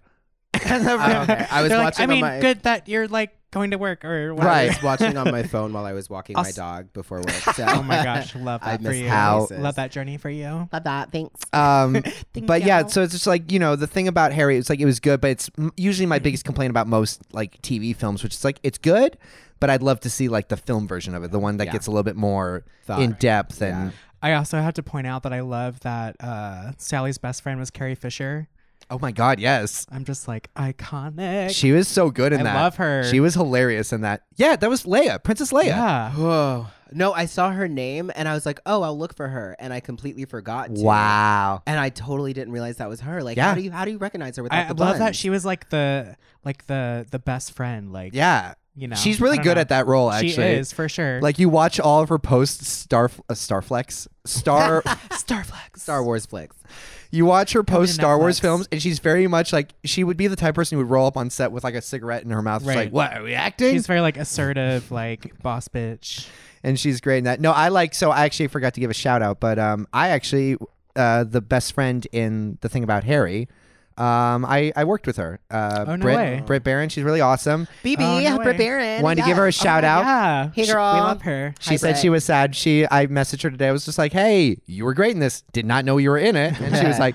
And the-
Oh, okay. I was
They're like,
watching.
I mean,
on my,
good that you're like going to work or whatever.
I
Right.
was watching on my phone while I was walking
I'll
my
s-
dog before work. So.
Oh my gosh, love
I
that for
miss
you.
how-
Love that journey for you.
Love that. Thanks.
Um,
Thank
but yeah,
y'all.
so it's just like you know the thing about Harry. It's like it was good, but it's m- usually
Mm.
my biggest complaint about most like TV films, which is like it's good, but I'd love to see like the film version of it, the one that
Yeah.
gets a little bit more
Thought.
in depth and.
I also have to point out that I love that uh, Sally's best friend was Carrie Fisher.
Oh my god, yes.
I'm just like iconic.
She was so good in
I
that.
love her.
She was hilarious in that. Yeah, that was Leia, Princess Leia.
yeah.
Whoa. No, I saw her name and I was like, oh, I'll look for her, and I completely forgot. To.
Wow.
And I totally didn't realize that was her. Like,
Yeah.
how do you how do you recognize her without
I
the
love that
buns?
she was like the like the the best friend. Like
Yeah.
you know,
She's really good at that role, actually.
She is for sure.
Like you watch all of her posts, Star uh, Starflex, Star.
Starflex.
Star Wars flicks.
you watch her post
to
Star Wars
Netflix.
films, and she's very much like she would be the type of person who would roll up on set with like a cigarette in her mouth, She's like
Right.
what are we acting?
She's very like assertive, like boss bitch.
and she's great in that. No, I like. So I actually forgot to give a shout out, but um, I actually uh, the best friend in the thing about Harry. Um, I, I worked with her. Uh,
Oh, no
Britt,
way.
Britt Barron. She's really awesome.
BB,
Oh, no way.
preparing.
Wanted to give her a shout out.
Yeah.
Hey,
Sh-
girl.
We love her.
She said she was sad. She I messaged her today. I was just like, "Hey, you were great in this. Did not know you were in it." And she was like,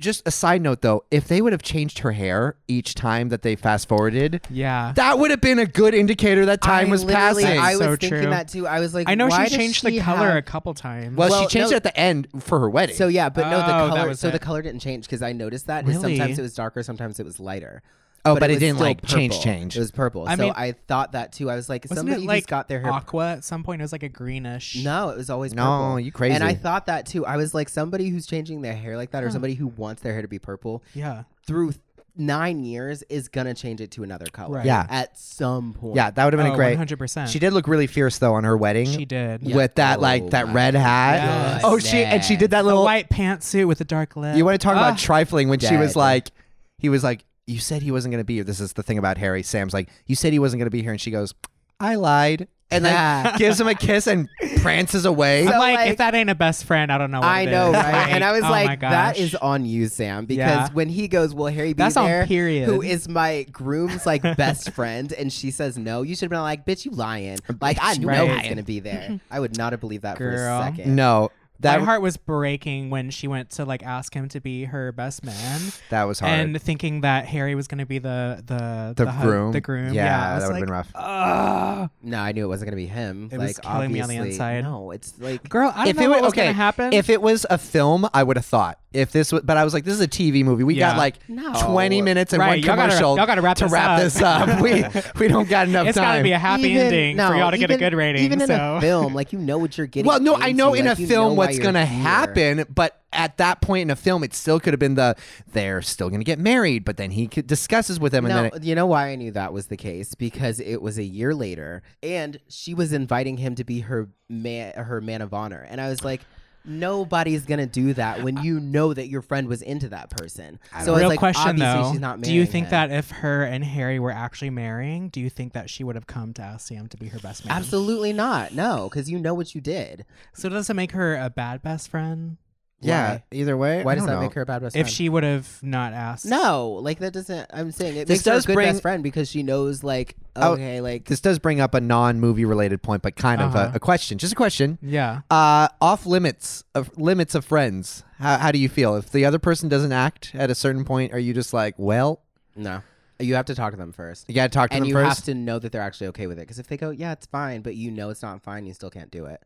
"Just a side note though, if they would have changed her hair each time that they fast forwarded,
Yeah.
that would have been a good indicator that time
I
was
literally-
passing."
I was
So
thinking
true.
that too. I was like,
I know
why
she
does
changed
she
the color a
have-
couple times.
well,
well,
she changed
no-
it at the end for her wedding.
So yeah, but no,
Oh, that
the color.
was
So the
it.
color didn't change because I noticed that. is Sometimes
Really?
it was darker, sometimes it was lighter.
oh, but, it,
was
didn't
still
like change
purple.
change.
It was purple.
I
so
mean-
I thought that too. I was like,
Wasn't
somebody
it like
who's got their hair.
aqua at some point? It was like a greenish.
No, it was always
No,
purple.
you crazy.
And I thought that too. I was like, somebody who's changing their hair like that, or somebody who wants their hair to be purple
Yeah.
through th- nine years is gonna change it to another color.
Right.
Yeah.
At some point.
yeah, that would have been
Oh,
a great.
100%.
She did look really fierce though on her wedding.
She did.
Yeah.
With that
Oh
like that
my
red hat.
goodness.
Oh, she and she did that
The
little
white pantsuit with the dark lip.
You want to talk
Ah.
about trifling when she was
Dead.
like, he was like, you said he wasn't going to be here. This is the thing about Harry. Sam's like, you said he wasn't going to be here. And she goes, I lied. And like
Yeah.
gives him a kiss and prances away.
I'm
So,
like,
like-
if that ain't a best friend, I don't know. What
I
it
know,
is.
right? And I was
oh my
like,
gosh.
that is on you, Sam, because
Yeah.
when he goes, Will Harry be
That's on
there?
period.
Who is my groom's like best friend? And she says no, you should have been like, bitch, you lying. Like, I know
Uh, Right.
he's gonna be there. I would not have believed that for
Girl.
a second.
no, that,
my heart was breaking when she went to like ask him to be her best man,
that was hard.
and thinking that Harry was going to be the the
the,
hu-
groom.
the groom.
Yeah,
Yeah, I was
that would have
like,
been rough.
Ugh.
No, I knew it wasn't gonna be him.
It
like
was killing me on the
obviously-
inside.
No, it's like
girl, I don't know
it
what
wa-
was going to happen.
If it was a film, I would have thought. If this was, but I was like, this is a TV movie. We
Yeah.
got like
No.
20 minutes and
Right,
one
y'all gotta-
commercial
y'all gotta wrap
to
this
wrap
up.
this up. we, we don't got enough
it's got to
time.
be a happy
Even-
ending
no,
for y'all to get a
even-
good rating.
Even
so.
in a film, like you know what you're getting.
Well, no, I know
into,
in
like,
a
you know
film
why
what's
you're
going to
here.
happen, but at that point in a film, it still could have been the they're still going to get married, but then he could, discusses with him, and
No,
then it,
you know why I knew that was the case because it was a year later, and she was inviting him to be her man, her man of honor, and I was like. Nobody's gonna do that
Uh,
when you know that your friend was into that person. So I was
Real
like,
question
obviously
though,
she's not
do you
marrying
think
him.
that if her and Harry were actually marrying, do you think that she would have come to ask Sam to be her best man?
Absolutely not. No, because you know what you did.
So does it make her a bad best friend
yeah,
Why?
either way,
Why
I
does
don't
that
know.
make her a bad best
if
friend?
she would have not asked?
No, like that doesn't. I'm saying it
This
makes her a
does
good
bring-
best friend because she knows, like,
Oh,
okay, like
This does bring up a non-movie related point, but kind of
Uh-huh.
a, a question, just a question.
Yeah.
Uh, off limits of limits of friends. How, how do you feel if the other person doesn't act at a certain point? Are you just like, well,
no, you have to talk to them first,
you got to talk to
and
them
you
first?
have to know that they're actually okay with it. Because if they go, yeah, it's fine, but you know it's not fine, you still can't do it.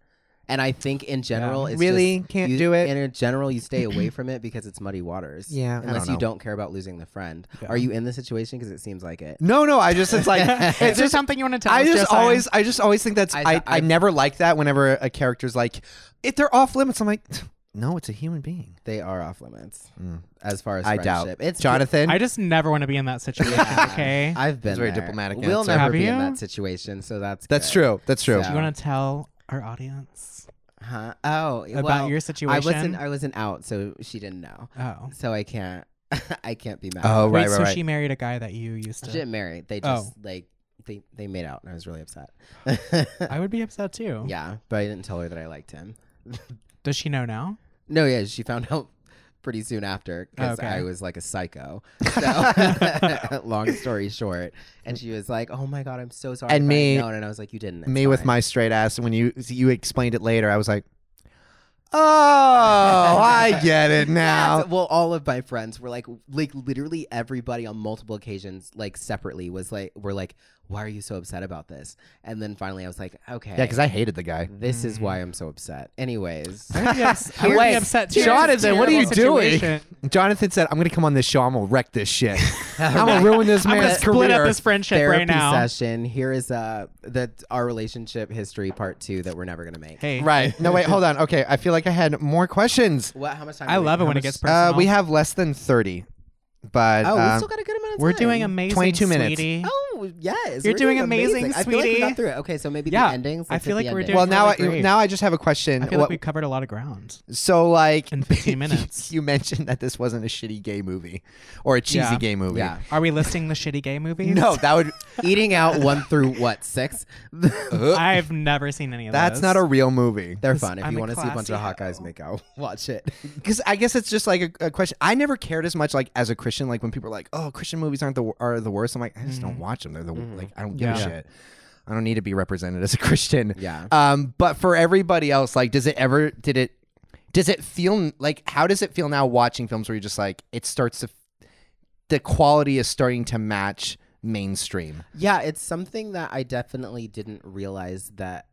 And I think in general, it's
Really?
just-
Can't
you-
do it?
and in general, you stay away from it because it's muddy waters.
Yeah, I don't
unless
know.
you don't care about losing the friend. Are you in the situation? Because it seems like it.
No, no. I just it's like
Is
it's
there
just
something you want to tell
I
us?
just
Josiah?
always I just always think that's
I-
I, I,
I-
never like that whenever a character's like if they're off limits. I'm like no, it's a human being.
They are off limits as far as
I doubt
friendship. It's
Jonathan.
I just never want to be in that situation.
Yeah.
Okay.
I've been
It's a very
there.
diplomatic
We'll
answer.
never
Have
be in
you?
that situation, so that's
that's
good.
true. That's true.
So-
Do you want to tell our audience
Huh? Oh,
about
well,
your
I wasn't.
situation?
I wasn't out, so she didn't know.
oh.
So I can't. I can't be mad.
Oh right,
Wait,
right,
so
right.
she married a guy that you used
She
to.
didn't marry. They just
Oh.
like they they made out, and I was really upset.
I would be upset too.
yeah, but I didn't tell her that I liked him.
Does she know now?
No, yeah, she found out pretty soon after
Oh,
because
Okay.
I was like a psycho. So, long story short, and she was like, "Oh my god, I'm so sorry."
And
if I had
me-
known." and I was like, "You didn't." it's
Me with
fine."
my straight ass. When you you explained it later, I was like, oh, I get it now.
Yeah, so- well, all of my friends were like, like literally everybody on multiple occasions, like separately, was like, were like, "Why are you so upset about this?" And then finally, I was like, "Okay,
Yeah, Mm. because I hated the guy.
this is why I'm so upset." Anyways,
Yes. I would be
Wait,
upset too.
Jonathan, what are you
Terrible
doing?
situation.
Jonathan said, "I'm gonna come on this show. I'm gonna wreck this shit. I'm gonna ruin this
I'm gonna
man's
split
career."
up this friendship
therapy
right now.
session. Here is uh that our relationship history part two that we're never gonna make.
Hey,
right? No, wait, hold on. Okay, I feel like I had more questions.
what? How much time?
I
do we-
love it
how
when it gets
much-
Uh,
personal.
we have less than thirty, but
Oh, we
um,
still got a good amount of
uh,
time.
We're doing amazing.
22 minutes.
sweetie.
Oh yes,
You're
we're
doing amazing,
I feel like we
sweetie.
got through it. Okay, so maybe
Yeah,
the endings.
I
Let's
feel
hit
like
the
we're
ending.
doing-
well, now
really
I,
great.
now I just have a question.
I feel
What-
like we covered a lot of ground.
so like
in 15 minutes.
you mentioned that this wasn't a shitty gay movie or a cheesy
Yeah.
gay movie.
Yeah.
Are we listing the shitty gay movies?
No, that would
eating out one through what six?
I've never seen any of
that's
those.
not a real movie.
They're fun. If
I'm
you
a
want to see a bunch of hot
classy
guys make out, watch it.
because I guess it's just like a, a question. I never cared as much like as a Christian. Like when people are like, "Oh, Christian movies aren't the wor- are the worst." I'm like, I just
Mm-hmm.
don't watch them. They're the like I don't
Yeah.
give a shit. I don't need to be represented as a Christian.
Yeah.
Um, but for everybody else, like, does it ever did it? Does it feel like how does it feel now watching films where you're just like it starts to the quality is starting to match mainstream?
Yeah, it's something that I definitely didn't realize that.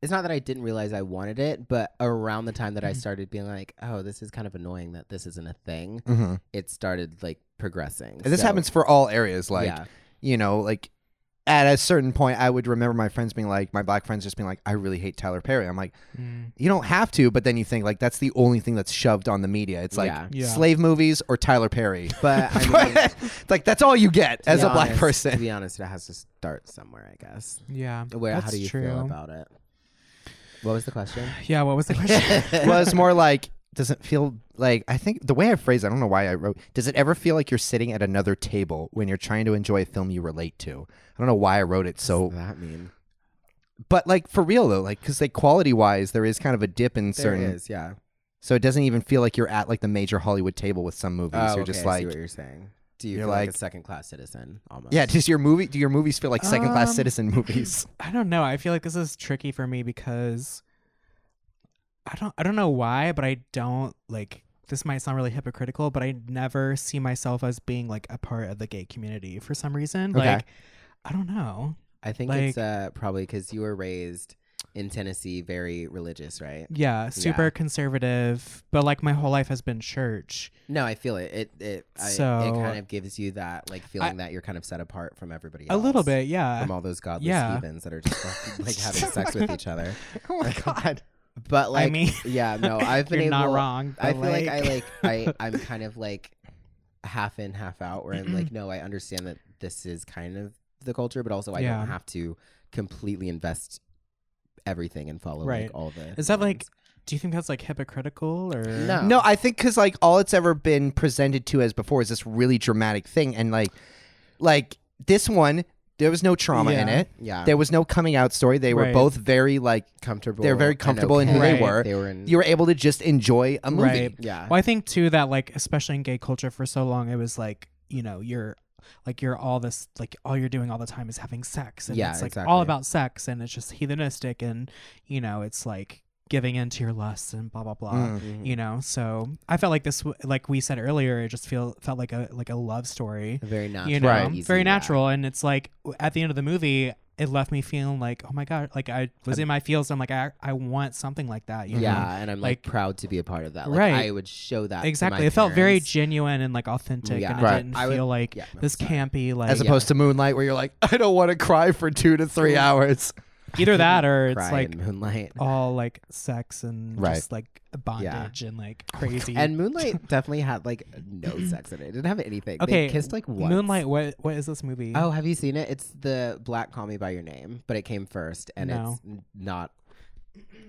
It's not that I didn't realize I wanted it, but around the time
Mm-hmm.
that I started being like, "Oh, this is kind of annoying that this isn't a thing,"
Mm-hmm.
it started like progressing.
And this
So,
happens for all areas. Like,
yeah,
you know, like at a certain point, I would remember my friends being like, my black friends just being like, I really hate Tyler Perry. I'm like,
Mm.
you don't have to, but then you think like that's the only thing that's shoved on the media. It's like
Yeah.
Yeah.
slave movies or Tyler Perry.
but I mean,
it's like that's all you get
to
as
be
a black
honest- to
person.
be honest, it has to start somewhere, I guess.
Yeah.
Where?
that's
how do you
true.
feel about it? What was the question?
Yeah, what was the question?
well, it's more like does it feel like I think the way I phrased, it, I don't know why I wrote. Does it ever feel like you're sitting at another table when you're trying to enjoy a film you relate to? I don't know why I wrote it so,
What does that mean
but like for real though, like because like quality wise, there is kind of a dip in
there
certain.
is, yeah.
So it doesn't even feel like you're at like the major Hollywood table with some movies.
Oh,
you're
okay,
just
I see
like
what you're saying. Do you
you're
feel like,
like-
a second class citizen almost?
yeah, does your movie do your movies feel like second class
Um,
citizen movies?
I don't know. I feel like this is tricky for me because I don't I don't know why, but I don't like this might sound really hypocritical, but I never see myself as being like a part of the gay community for some reason.
Okay.
Like I don't know.
I think it's
Like-
uh, probably because you were raised in Tennessee, very religious, right?
Yeah, super
Yeah.
conservative, but like my whole life has been church.
No, I feel it. It it I, it
So-
kind of gives you that like feeling that you're kind of set apart from everybody.
A little
else,
bit, yeah.
from all those godless
yeah.
heathens that are just fucking, like having sex with each other.
oh my god.
But like,
mean,
yeah, no, I've been
You're
able.
not wrong.
I
but,
feel like, I like I I'm kind of like half in, half out. Where I'm like, no, I understand that this is kind of the culture, but also I
Yeah.
don't have to completely invest everything and follow
Right.
like all the.
Is that
norms.
like? Do you think that's like hypocritical or
No.
No, I think because like all it's ever been presented to as before is this really dramatic thing, and like, like this one, there was no trauma in
Yeah.
it.
Yeah.
There was no coming out story. They were
Right.
both very like
comfortable.
they're very
and
comfortable in who
okay.
they were.
They were in.
You were able to just enjoy a movie. Mm.
Right.
yeah.
Well, I think too that like especially in gay culture for so long it was like you know you're like you're all this like all you're doing all the time is having sex and
Yeah,
it's like
exactly.
all about sex and it's just heathenistic and you know it's like giving in to your lusts and blah blah blah.
Mm.
Mhm.
You know, so I felt like this, w- like we said earlier, it just feel felt like a like a love story.
very natural.
you know,
Right.
easy,
very
yeah.
natural. And it's like w- at the end of the movie, it left me feeling like, oh my god, like I was in my feels. I'm like, I, I want something like that. You know?
Yeah, and I'm like,
Like-
proud to be a part of that. Like,
Right.
I would show that. to my
exactly. It felt very
parents.
genuine and like authentic,
Yeah.
and
Right.
it didn't
I would-
feel like
yeah, no,
this
sorry.
campy. Like
As opposed to Moonlight, where you're like, I don't want to cry for two to three hours.
either that or
Cry
it's like oh,
in Moonlight.
all like sex and
Right.
just like bondage and like crazy.
Oh And Moonlight definitely had like no sex in it. It didn't have anything.
okay,
they kissed like once.
Moonlight. What what is this movie?
Oh, have you seen it? It's the Black Call Me by Your Name, but it came first, and
No.
it's n- not.
I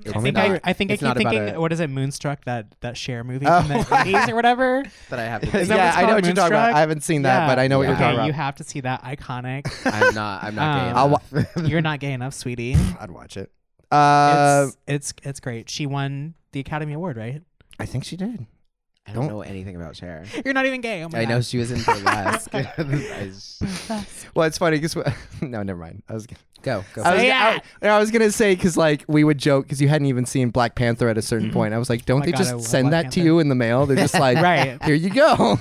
it's
think
not-
I, I think I
it's
keep
not about
thinking
a-
what is it Moonstruck that that share movie
Oh.
from the 80s or whatever.
that I have.
Is that
yeah,
what it's
I know
called,
what you're talking about.
Moonstruck?
I haven't seen that,
Yeah.
but I know what
Yeah.
you're talking
Okay,
about.
you have to see that iconic.
I'm not. I'm not
Um,
gay enough.
You're not gay enough, sweetie.
I'd watch it. Uh,
it's, it's it's great. She won the Academy Award, right?
I think she did.
I don't
don't-
know anything about Cher.
You're not even gay. Oh my
I
God.
know she was in burlesque. I just-
Well, it's funny because no, never mind. I was.
go go.
I was,
Say
I,
it.
I was gonna say because like we would joke because you hadn't even seen Black Panther at a certain point. I was like, don't
my
they
God, I
just
love
send
Black
that to
Panther.
you in the mail? They're just like,
Right.
here you go.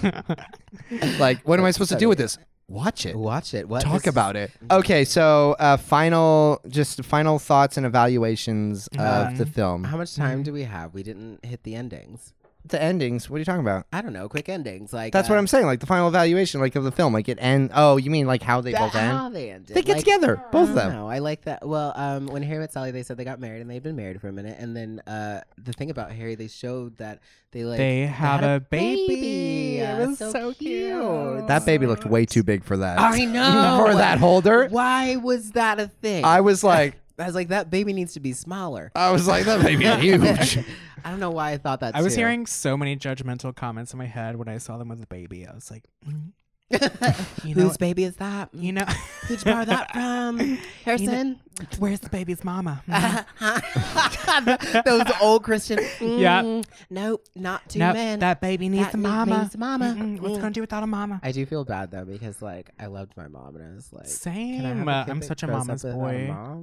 like, what am I supposed to do with this? Watch it.
Watch it. What
Talk
this-
about it. Okay, so uh, final, just final thoughts and evaluations of the film.
How much time do we have? We didn't hit the endings.
the endings? What are you talking about?
I don't know. Quick endings. Like uh,
That's what I'm saying. Like the final evaluation, like of the film. Like it end. Oh, you mean like how they both
How
end?
they ended.
They get
like,
together, both of
I
them.
don't know. I like that. Well, um, when Harry met Sally, they said they got married and they'd been married for a minute. And then uh, the thing about Harry, they showed that they like
They have
had
a baby.
Yeah,
It was
so,
so
cute.
cute.
That baby looked way too big for that.
I know.
for that holder.
Why was that a thing?
I was like,
I was like, that baby needs to be smaller.
I was like, that baby is huge.
I don't know why I thought that.
I was
too.
hearing so many judgmental comments in my head when I saw them with the baby. I was like, mm, you know,
whose baby is that?
you know,
Who'd you borrow that from? Harrison?
where's the baby's mama?
Those old Christian.
Yeah.
Mm, Nope, not two
no,
men.
Mm-hmm. that baby needs
That
a
need-
mama.
needs a mama.
Mm-mm, What's
Mm.
it gonna do without a mama?
I do feel bad though because like I loved my mom and I was like, Can I have
Same.
a
Uh,
kid
I'm
that
such a
grows up
mama's
without a
boy.
mom?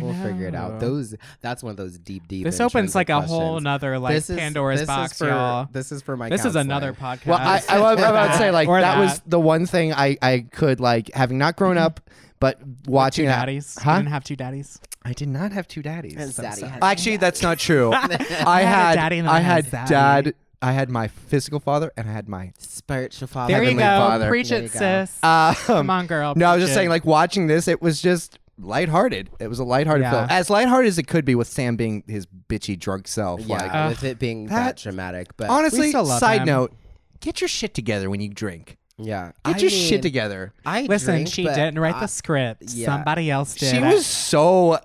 we'll figure it out.
know.
Those. That's one of those deep, deep.
This opens
intrinsic
like a whole
questions.
nother like
This is-
Pandora's
this is
box,
for-
y'all.
This is for my.
This is
counseling.
another podcast.
Well, I, I, was
Or
about to
that,
say like
or
that, was the one thing I, I could like having not grown up, but watching
two
that.
daddies.
Huh?
You didn't have two daddies.
I did not have two daddies.
And Zaddy had-
Actually, that's not true. I
had
had
a daddy and then
I
I had
had
a zaddy.
dad. I had my physical father and I had my.
spiritual father.
There you
Heavenly
go.
Father.
Preach
There
it,
you go.
sis.
Um,
Come on, girl.
No, I was
Preach
just
it.
saying like watching this, it was just lighthearted. It was a lighthearted
Yeah.
film, as lighthearted as it could be with Sam being his bitchy drunk self. like-
Yeah,
Uh,
with it being
that-
that, dramatic, but
honestly,
still love
side
him.
note, get your shit together when you drink.
yeah,
Get
I
your
mean,
shit together.
I
Listen,
drink,
she
but
didn't write
I-
the script.
yeah.
Somebody else did.
She
I-
was so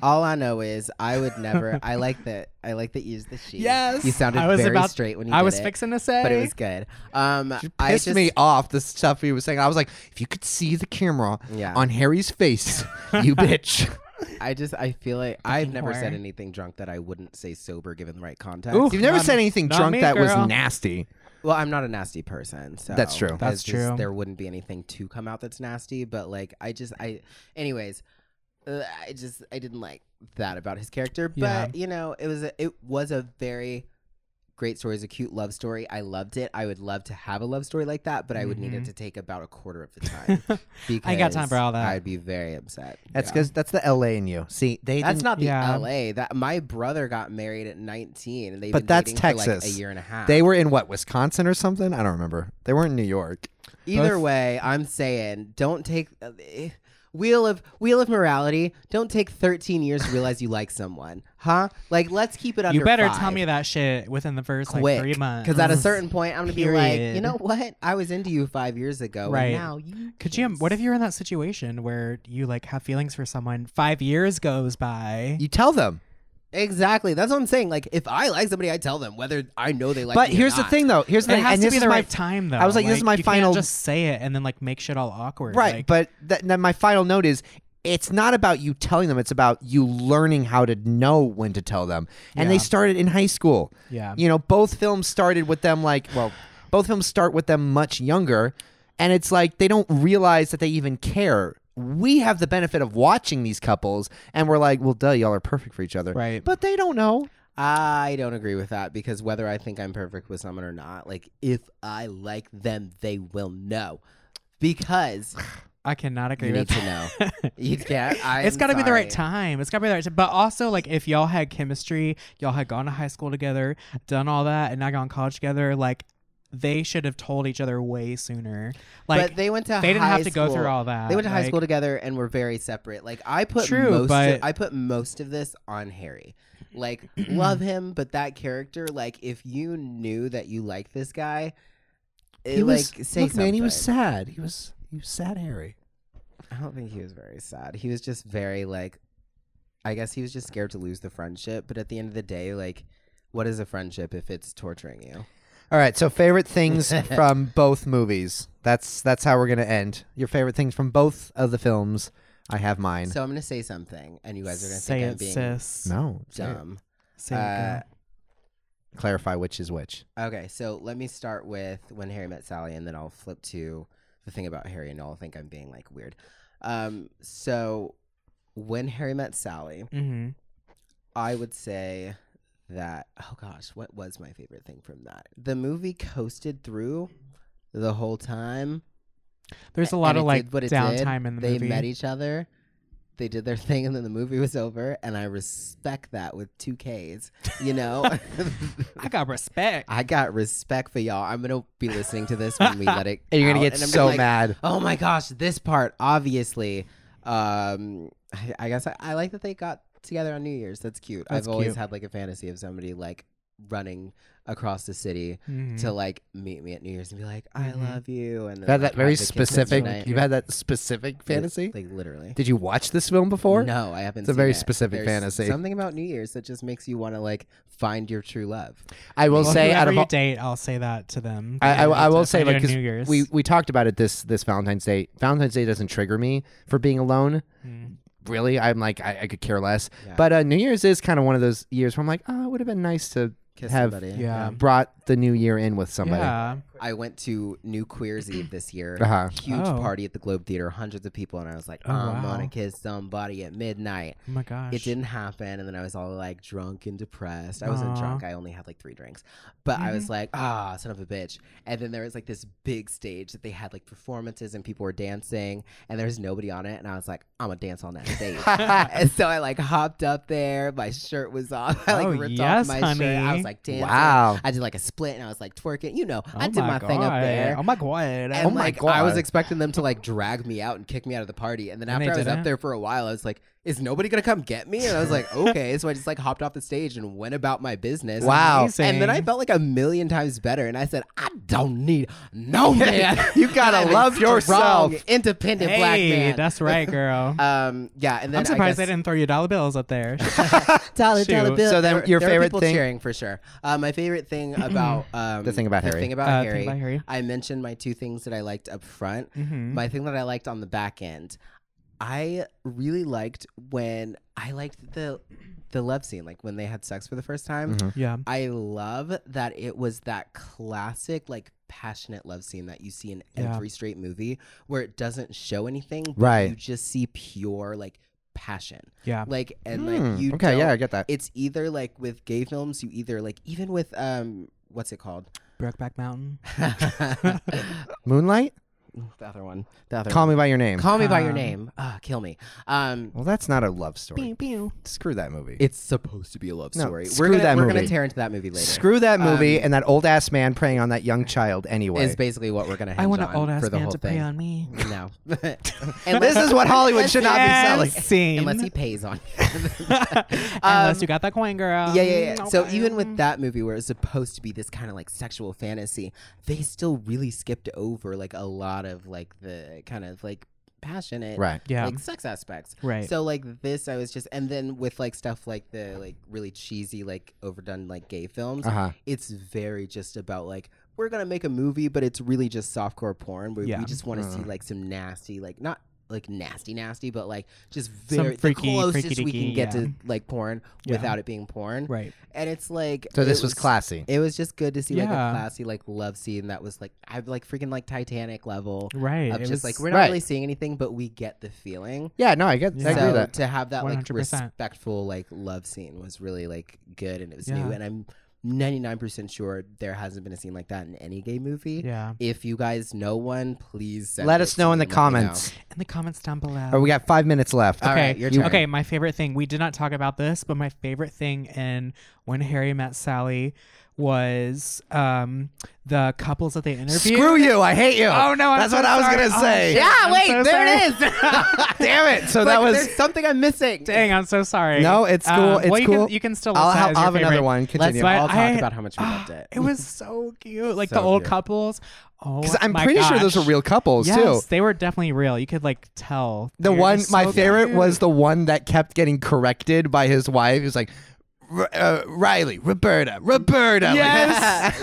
All I know is I would never. I like that. I like that. Use the she.
Yes.
you sounded
I was
very
about-
straight when you.
I
did
was
it,
fixing to say.
but it was good. Um, I
pissed
just,
me off the stuff he was saying. I was like, if you could see the camera
Yeah.
on Harry's face, you bitch.
I just I feel like I've never said
whore.
anything drunk that I wouldn't say sober given the right context.
Ooh.
You've never
Not-
said anything
not
drunk
me,
that
girl.
was nasty.
Well, I'm not a nasty person, so
That's true.
it's
That's
just-
true.
There wouldn't be anything to come out that's nasty, but like I just I, anyways, uh, I just I didn't like that about his character. But
Yeah.
you know, it was a, it was a very great story. It's a cute love story. I loved it. I would love to have a love story like that, but I would need it
Mhm.
to take about a quarter of the time. because
ain't got time for all that.
I'd be very upset.
That's
Yeah.
because that's the LA in you. See, they
That's not the
Yeah.
LA. That my brother got married at 19, and they
But
been
that's
dating for, like,
Texas.
a year and a half.
They were in what Wisconsin or something. I don't remember. They weren't in New York.
Either
Both-
way, I'm saying don't take uh, eh, wheel of wheel of morality. Don't take 13 years to realize you like someone, huh? Like let's keep it under.
you better
five.
tell me that shit within the first
quick,
like three months.
because at a certain point, I'm gonna be like, you
Period.
know what? I was into you five years ago,
Right.
And now you.
Could you? What if you're in that situation where you like have feelings for someone? Five years goes by.
You tell them.
Exactly. That's what I'm saying. Like if I like somebody, I tell them whether I know they like.
but
me or
here's the
not.
thing, though. Here's the
it
thing.
has
and
to
this
be
is
the
my
right time, though.
I was like, this is my
you
final-
Can't just say it and then like make shit all awkward.
right
Like,
but th- then my final note is it's not about you telling them it's about you learning how to know when to tell them and they
Yeah.
started in high school
Yeah.
you know both films started with them like well both films start with them much younger and it's like they don't realize that they even care we have the benefit of watching these couples and we're like well duh y'all are perfect for each other
Right.
but they don't know
I don't agree with that because whether I think I'm perfect with someone or not, like if I like them, they will know. Because
I cannot agree
You
with
need
that.
to know. You can't. I.
it's got to be the right time. It's got to be the right time. But also, like, if y'all had chemistry, y'all had gone to high school together, done all that, and now gone to college together, like, they should have told each other way sooner. Like,
but they went to.
they didn't
high
have to go through
school.
all that.
They went to high
Like,
school together and were very separate. Like I put
True,
most
but-
of, I put most of this on Harry. Like love him, but that character, like if you knew that you liked this guy, it,
He was
like say
look, man. He was
something.
sad. He was he was sad, Harry.
I don't think he was very sad. He was just very like I guess he was just scared to lose the friendship, but at the end of the day, like what is a friendship if it's torturing you?
All right, so favorite things from both movies. That's that's how we're gonna end. Your favorite things from both of the films. I have mine.
So I'm gonna say something and you guys are gonna
say
think
it,
I'm being
sis.
no, say it.
dumb.
Say it,
Uh,
girl.
Clarify which is which.
Okay, so let me start with when Harry met Sally, and then I'll flip to the thing about Harry, and I'll think I'm being like weird. Um, so when Harry met Sally,
Mhm.
I would say that oh gosh, what was my favorite thing from that? The movie coasted through the whole time.
There's a
and
lot
it
of like
did what it did.
downtime in the
they
movie.
met each other. They did their thing, and then the movie was over. And I respect that with two Ks. You know,
I got respect.
I got respect for y'all. I'm gonna be listening to this when we let it.
And you're gonna
out,
get
and I'm
so
like,
mad.
Oh my gosh, this part obviously. Um, I, I guess I, I like that they got together on New Year's. That's cute.
That's
I've always
cute.
had like a fantasy of somebody like running across the city
Mhm.
to like meet me at New Year's and be like, "I
Mhm.
love you," and then,
You had
like,
that very
have the kisses
specific.
tonight.
You've had that specific fantasy.
Like, like, literally.
Did you watch this film before?
No, I haven't.
It's a
seen
very
it.
specific
There's
fantasy.
Something about New Year's that just makes you want to like find your true love.
I will
Well,
say out
whoever
of
you
all-
date, I'll say that to them.
I, I,
Yeah,
I will
to
say
find
like
your
'cause
New Year's.
we we talked about it this this Valentine's Day. Valentine's Day doesn't trigger me for being alone.
Mm.
Really, I'm like I, I could care less.
Hmm. Yeah.
But uh, New Year's is kind of one of those years where I'm like, oh, it would have been nice to
Kiss
have
somebody.
Yeah.
brought the new year in with somebody.
Yeah.
I went to New Queer's Eve this year.
Uh-huh.
Huge
Oh.
party at the Globe Theater, hundreds of people, and I was like,
Oh,
I'm
wow.
gonna kiss somebody at midnight.
Oh my gosh.
It didn't happen, and then I was all like drunk and depressed. I wasn't
Aw. Mm-hmm.
drunk; I only had like three drinks. But I was like, ah, son of a bitch. And then there was like this big stage that they had like performances, and people were dancing, and there was nobody on it. And I was like, I'm gonna dance on that stage. and so I like hopped up there. My shirt was off. I like
Oh,
ripped
yes,
off my
honey.
shirt. I was like dancing.
Wow.
I did like a split, and I was like twerking. You know, I
Oh
did my, thing up
God.
there.
Oh my god.
And
Oh my
like, I was
God.
expecting them to like drag me out and kick me out of the party. And then
And
after I
they
was
didn't?
up there for a while, I was like, is nobody gonna come get me? And I was like, okay. so I just like hopped off the stage and went about my business.
Wow.
Amazing.
And then I felt like a million times better. And I said, I don't need no man.
You gotta
I'm a
love
strong,
yourself.
Independent
hey,
black man.
that's right, girl.
um yeah, and then
I'm surprised they
I guess,
didn't throw your dollar bills up there.
Dollar, dollar
Shoot.
bill.
So then
There were-
your
there were
favorite
people
thing-
cheering for sure. Uh, my favorite thing about um,
The thing about
the
Harry.
Thing about
Uh,
Harry.
Thing about Harry.
I mentioned my two things that I liked up front.
Mhm.
My thing that I liked on the back end. I really liked when I liked the the love scene, like when they had sex for the first time.
Mhm.
yeah.
I love that it was that classic, like passionate love scene that you see in
Yeah.
every straight movie where it doesn't show anything, but
Right.
You just see pure like passion.
Yeah.
Like and
Hmm,
like you
okay,
don't-
yeah, I get that.
it's either like with gay films, you either like even with um what's it called?
Brokeback Mountain.
the
Moonlight,
other one. The other
Call
one.
Me by Your Name.
Call me by your
Um,
name. Ah, kill me. Um
well, that's not a love story. Screw that movie.
it's supposed to be a love
No,
story.
screw
we're gonna
that
we're
movie.
gonna tear into that movie later.
Screw that movie
Um,
and that old ass man preying on that young child. Anyway,
is basically what we're gonna hinge
I want an
on
old ass
for the
man
whole
to prey
thing.
on me.
No.
and this is what Hollywood should not be selling.
Scene.
unless he pays on.
Unless you got that coin, girl.
yeah, yeah, yeah.
Mm,
So
okay.
even with that movie, where it's supposed to be this kind of like sexual fantasy, they still really skipped over like a lot of like the kind of like passionate
Right.
Yeah.
like sex aspects.
Right.
So like this, I was just, and then with like stuff like the like really cheesy, like overdone, like gay films,
Uh-huh.
it's very just about like we're gonna make a movie, but it's really just softcore porn. Where
Yeah. Uh-huh.
we just want to see
Mm.
like some nasty, like not like nasty, nasty, but like just
Some
very
freaky,
the closest we
freaky-deaky,
can get
yeah.
to like porn
Yeah.
without it being porn.
right.
And it's like
So
it
this was classy.
It was just good to see like a
Yeah.
classy like love scene that was like I like freaking like Titanic level.
Right.
Of
It
just
was-
like we're not
Right.
really seeing anything, but we get the feeling.
Yeah, no, I get, I
Yeah.
agree
So
with that.
to have that like
100%.
respectful like love scene was really like good and it was
Yeah.
new and I'm 99% sure there hasn't been a scene like that in any gay movie.
Yeah.
If you guys know one, please send
Let
it
us
to
know
me
in the
and let me know.
comments.
In the comments down below.
Oh, we got five minutes left.
All
okay,
right, your
you-
turn.
okay. My favorite thing we did not talk about this, but my favorite thing in When Harry Met Sally was um, the couples that they interviewed.
Screw you! I hate you.
Oh no, I'm
that's
so
what I was
sorry.
gonna
Oh,
say.
shit, I'm so sorry.
it is.
Damn it! So that
Like,
was
there's something I'm missing.
Dang, I'm so sorry.
no. It's cool.
Um,
it's
well, you
cool.
Can, you can still.
I'll,
list that
have,
as
I'll
your
have another
favorite.
one.
Let's
Continue.
But
all talk
I-
about how much we loved it.
It was so cute, like the
So
old
cute.
couples. Oh,
Because I'm
my
pretty sure those are
gosh.
real couples
Yes,
too.
they were definitely real. You could like tell.
The
They were
one,
just
my
so
favorite
cute.
was the one that kept getting corrected by his wife. He was like, "R- uh, Riley, Roberta, Roberta. Like,
Yes.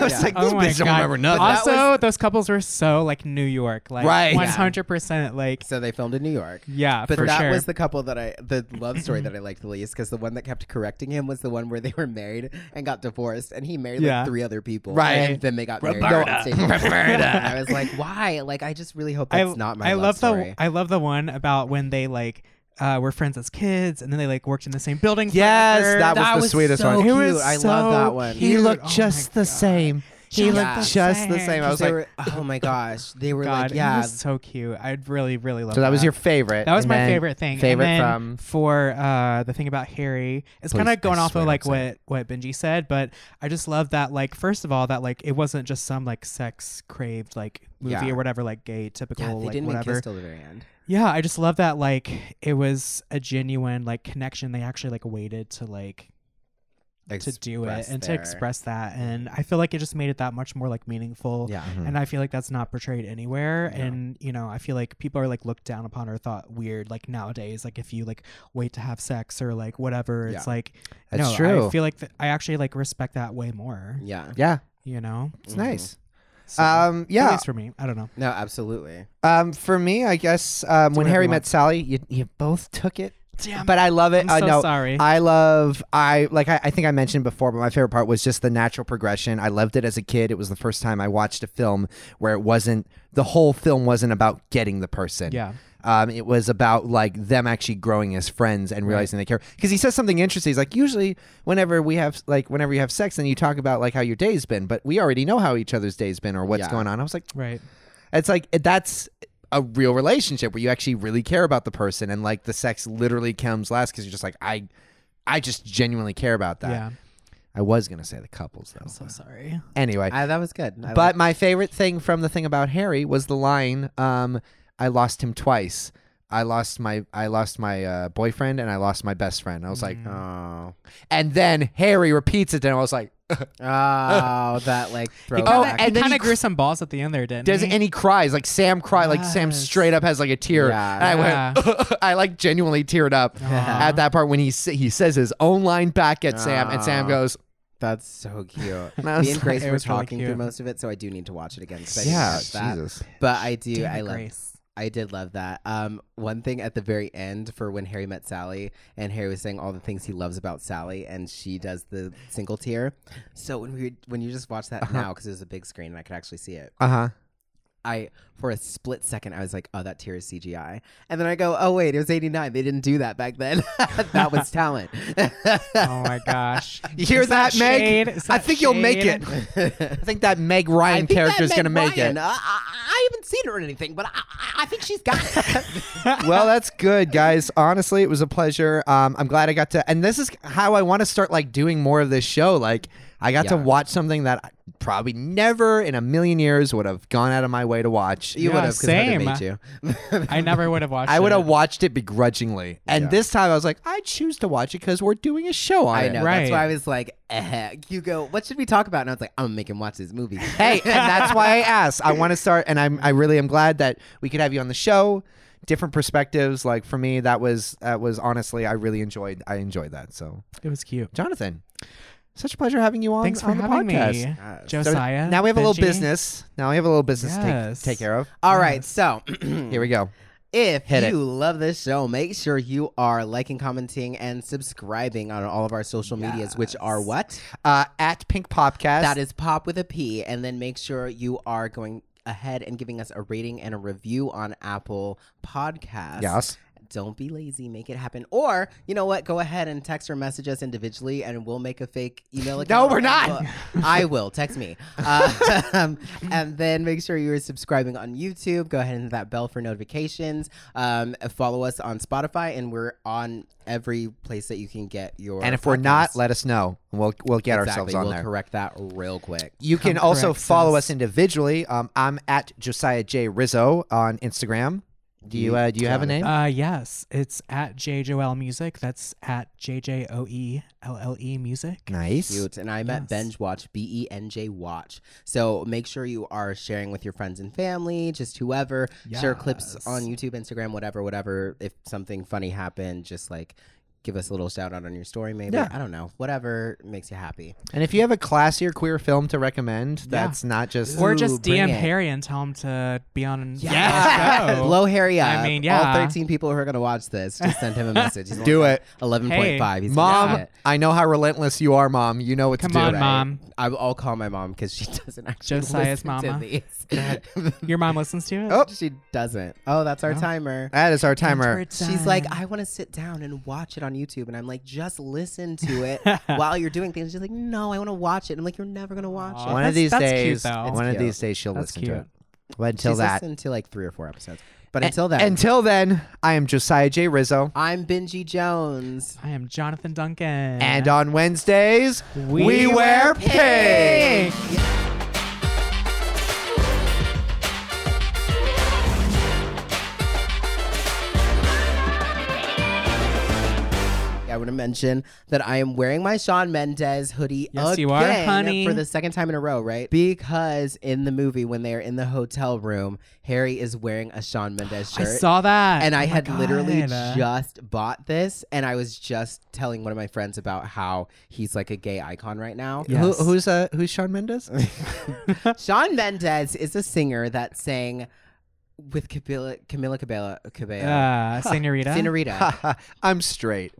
I was
Yeah.
like,
Oh
this
my
bitch don't
God.
remember nothing.
Also, those couples were so like New York, like
Right.
one hundred percent, like
So they filmed in New York.
yeah,
But
for
that
sure.
was the couple that I, the love story that I liked the least, because the one that kept correcting him was the one where they were married and got divorced, and he married
Yeah.
like three other people,
Right.
And then they got married.
Roberta.
on stage.
Roberta.
And I was like, why? Like, I just really hope
I,
that's not my
I
love,
love
story.
the I love the one about when they like uh, were friends as kids and then they like worked in the same building.
Yes,
forever.
that was the sweetest
so
one.
It
Cute.
was
I love that
so
one.
cute.
he looked
Oh my
just the
God.
same. He
Just
looked
the
just the
same.
same. I was
They
like,
were- oh my gosh, they were
God,
like, yeah,
it was so cute. I really really love.
so that was your favorite.
That was
and
my
then
favorite thing. And
Favorite
then
from.
for uh, the thing about Harry. It's
Please,
kind of going
I
off
swear
of like
don't say
what what Benji said, but I just love that like first of all that like it wasn't just some like sex craved like movie
Yeah.
or whatever like gay typical
yeah, they
like
didn't make
whatever.
kiss till the very end.
Yeah, I just love that like it was a genuine like connection. They actually like waited to like to do it
Express
and
their-
to express that, and I feel like it just made it that much more like meaningful.
Yeah,
Hmm.
And I feel like that's not portrayed anywhere.
No.
And, you know, I feel like people are like looked down upon or thought weird like nowadays. Like if you like wait to have sex or like whatever, it's
Yeah.
like,
That's
no, I
true.
feel like th- I actually like respect that way more,
yeah,
Yeah,
you know?
it's
Mhm.
nice.
Mm-hmm. So,
Um,
At
yeah.
least for me. I don't know.
no, absolutely.
Um, for me, I guess um, when
whatever
Harry
you
met
want.
Sally, you, you both took it.
Damn.
But I love it.
I'm
I
so
know.
sorry.
Uh, I love I like I, I think I mentioned before, but my favorite part was just the natural progression. I loved it as a kid. It was the first time I watched a film where it wasn't the whole film wasn't about getting the person.
Yeah.
Um, it was about like them actually growing as friends and realizing they care. Because he says something interesting. He's like, usually whenever we have like whenever you have sex, then you talk about like how your day's been, but we already know how each other's day's been or what's
Yeah.
going on. I was like,
right.
it's like it- that's a real relationship where you actually really care about the person and like the sex literally comes last because you're just like I, I just genuinely care about that.
Yeah.
I was gonna say the couples though.
So sorry.
anyway,
I, that was good. I
but my favorite thing from the thing about Harry was the line, um, "I lost him twice. I lost my I lost my uh, boyfriend and I lost my best friend." I was like,
Mm.
liked- oh,
and then Harry repeats it, and I was like,
oh, that like
It
throwback.
Oh,
kinda,
and then
kind
he
of grew some balls at the end there, didn't
Does
he?
and he cries like Sam cry like Sam
Yes.
straight up has like a tear.
Yeah.
And I went, I like genuinely teared up
Aw.
at that part when he sa- he says his own line back at Sam, and Sam
Aw.
goes,
That's so cute.
I was
Me and Grace
like- It
were
was really
talking
cute.
through most of it, so I do need to watch it again. 'cause I didn't
"Yeah,
catch that.
Jesus."
But I do.
Damn it,
I love.
Grace.
I did love that. Um, one thing at the very end for when Harry met Sally, and Harry was saying all the things he loves about Sally, and she does the single tear. So when we when you just watch that
Uh-huh.
now, 'cause now because it was a big screen and I could actually see it,
Uh huh.
I for a split second I was like, oh, that tear is CGI, and then I go, oh wait, it was eighty nine. They didn't do that back then. that was talent.
Oh my gosh.
You hear
Is that
that, Meg?
shade? Is
I
that
think you'll make
shade?
it. I think that Meg Ryan character is gonna make it.
I, haven't seen her or anything, but I, think she's got it.
well, that's good, guys. Honestly, it was a pleasure. Um, I'm glad I got to, and this is how I want to start like doing more of this show. Like, I got to
Yeah.
watch something that I probably never in a million years would have gone out of my way to watch.
you
Yeah,
would have
same.
made you.
I never would have watched
I would
it.
have watched it begrudgingly, and
Yeah.
this time I was like, I choose to watch it because we're doing a show on
I
it.
know.
Right.
That's why I was like, eh. you go, what should we talk about? And I was like, I'm gonna make him watch this movie.
Hey, and that's why I asked. I want to start, and I'm I really am glad that we could have you on the show. Different perspectives. Like for me, that was that was honestly, I really enjoyed. I enjoyed that. So,
It was cute.
Jonathan, such a pleasure having you on.
Thanks for
on the
having
podcast.
me.
Uh,
So
Josiah.
now we have a little
Benji.
business. Now we have a little business
Yes.
to take, take care of.
All right, so
Here we go.
if
Hit it.
you love this show, make sure you are liking, commenting, and subscribing on all of our social medias, which are what?
Uh, at Pink Popcast.
That is pop with a P. And then make sure you are going ahead and giving us a rating and a review on Apple Podcasts.
Yes.
don't be lazy, make it happen. Or you know what? Go ahead and text or message us individually, and we'll make a fake email account.
we're not.
Well, I will text me, um, and then make sure you are subscribing on YouTube. Go ahead and hit that bell for notifications. Um, follow us on Spotify, and we're on every place that you can get your.
and if we're not,
podcasts.
let us know. and We'll we'll get
Exactly,
ourselves on
we'll
there.
correct that real quick.
You can
Come
also
correct
follow
us.
us individually. Um, I'm at Josiah J Rizzo on Instagram. Do you uh, do you have a name?
Uh, yes, it's at JJOL Music. That's at E JJOELLE Music.
nice.
Cute. And I met
Yes.
Benj Watch, B E N J Watch. So make sure you are sharing with your friends and family, just whoever. Share clips
Yes.
on YouTube, Instagram, whatever, whatever. If something funny happened, just like give us a little shout out on your story, maybe.
Yeah.
I don't know. Whatever makes you happy.
And if you have a classy or queer film to recommend, that's not just
or
Ooh,
just
bring
DM
it.
Harry and tell him to be on.
Yeah.
our show.
Blow Harry up.
I mean, yeah.
All 13 people who are going to watch this, just send him a message. He's
Do
only
it.
11.5. He's
mom.
gonna get it.
I know how relentless you are, mom. You know what
Come
to do.
on, mom.
I, I'll call my mom because she doesn't actually
Josiah's
listen
mama.
to these.
Your mom listens to it.
Oh.
she doesn't. Oh, that's our
Oh.
timer.
That is our timer.
It's
She's like,
done.
I want to sit down and watch it on YouTube. And I'm like, just listen to it while you're doing things. She's like, no, I want to watch it. I'm like, you're never going to watch
Aw.
it.
One
That's-
of these
that's cute,
days,
though.
one of
That's
these days she'll
That's
listen to
cute.
it. But until
She's
that,
listened to like three or four episodes. But until then,
then, until then, I am Josiah J Rizzo,
I'm Benji Jones.
I am Jonathan Duncan.
and on Wednesdays
We
wear pink.
I want to mention that I am wearing my Sean Mendez hoodie
Yes,
again
you are, honey.
for the second time in a row, right? Because in the movie, when they are in the hotel room, Harry is wearing a Sean Mendez
I
shirt.
saw that,
and I
Oh my
had literally
God.
just bought this, and I was just telling one of my friends about how he's like a gay icon right now.
Who,
Yes.
who's uh, who's Sean Mendes?
Sean Mendez is a singer that sang with Camila, Camila Cabello, Cabello
uh, Senorita.
Senorita.
I'm straight.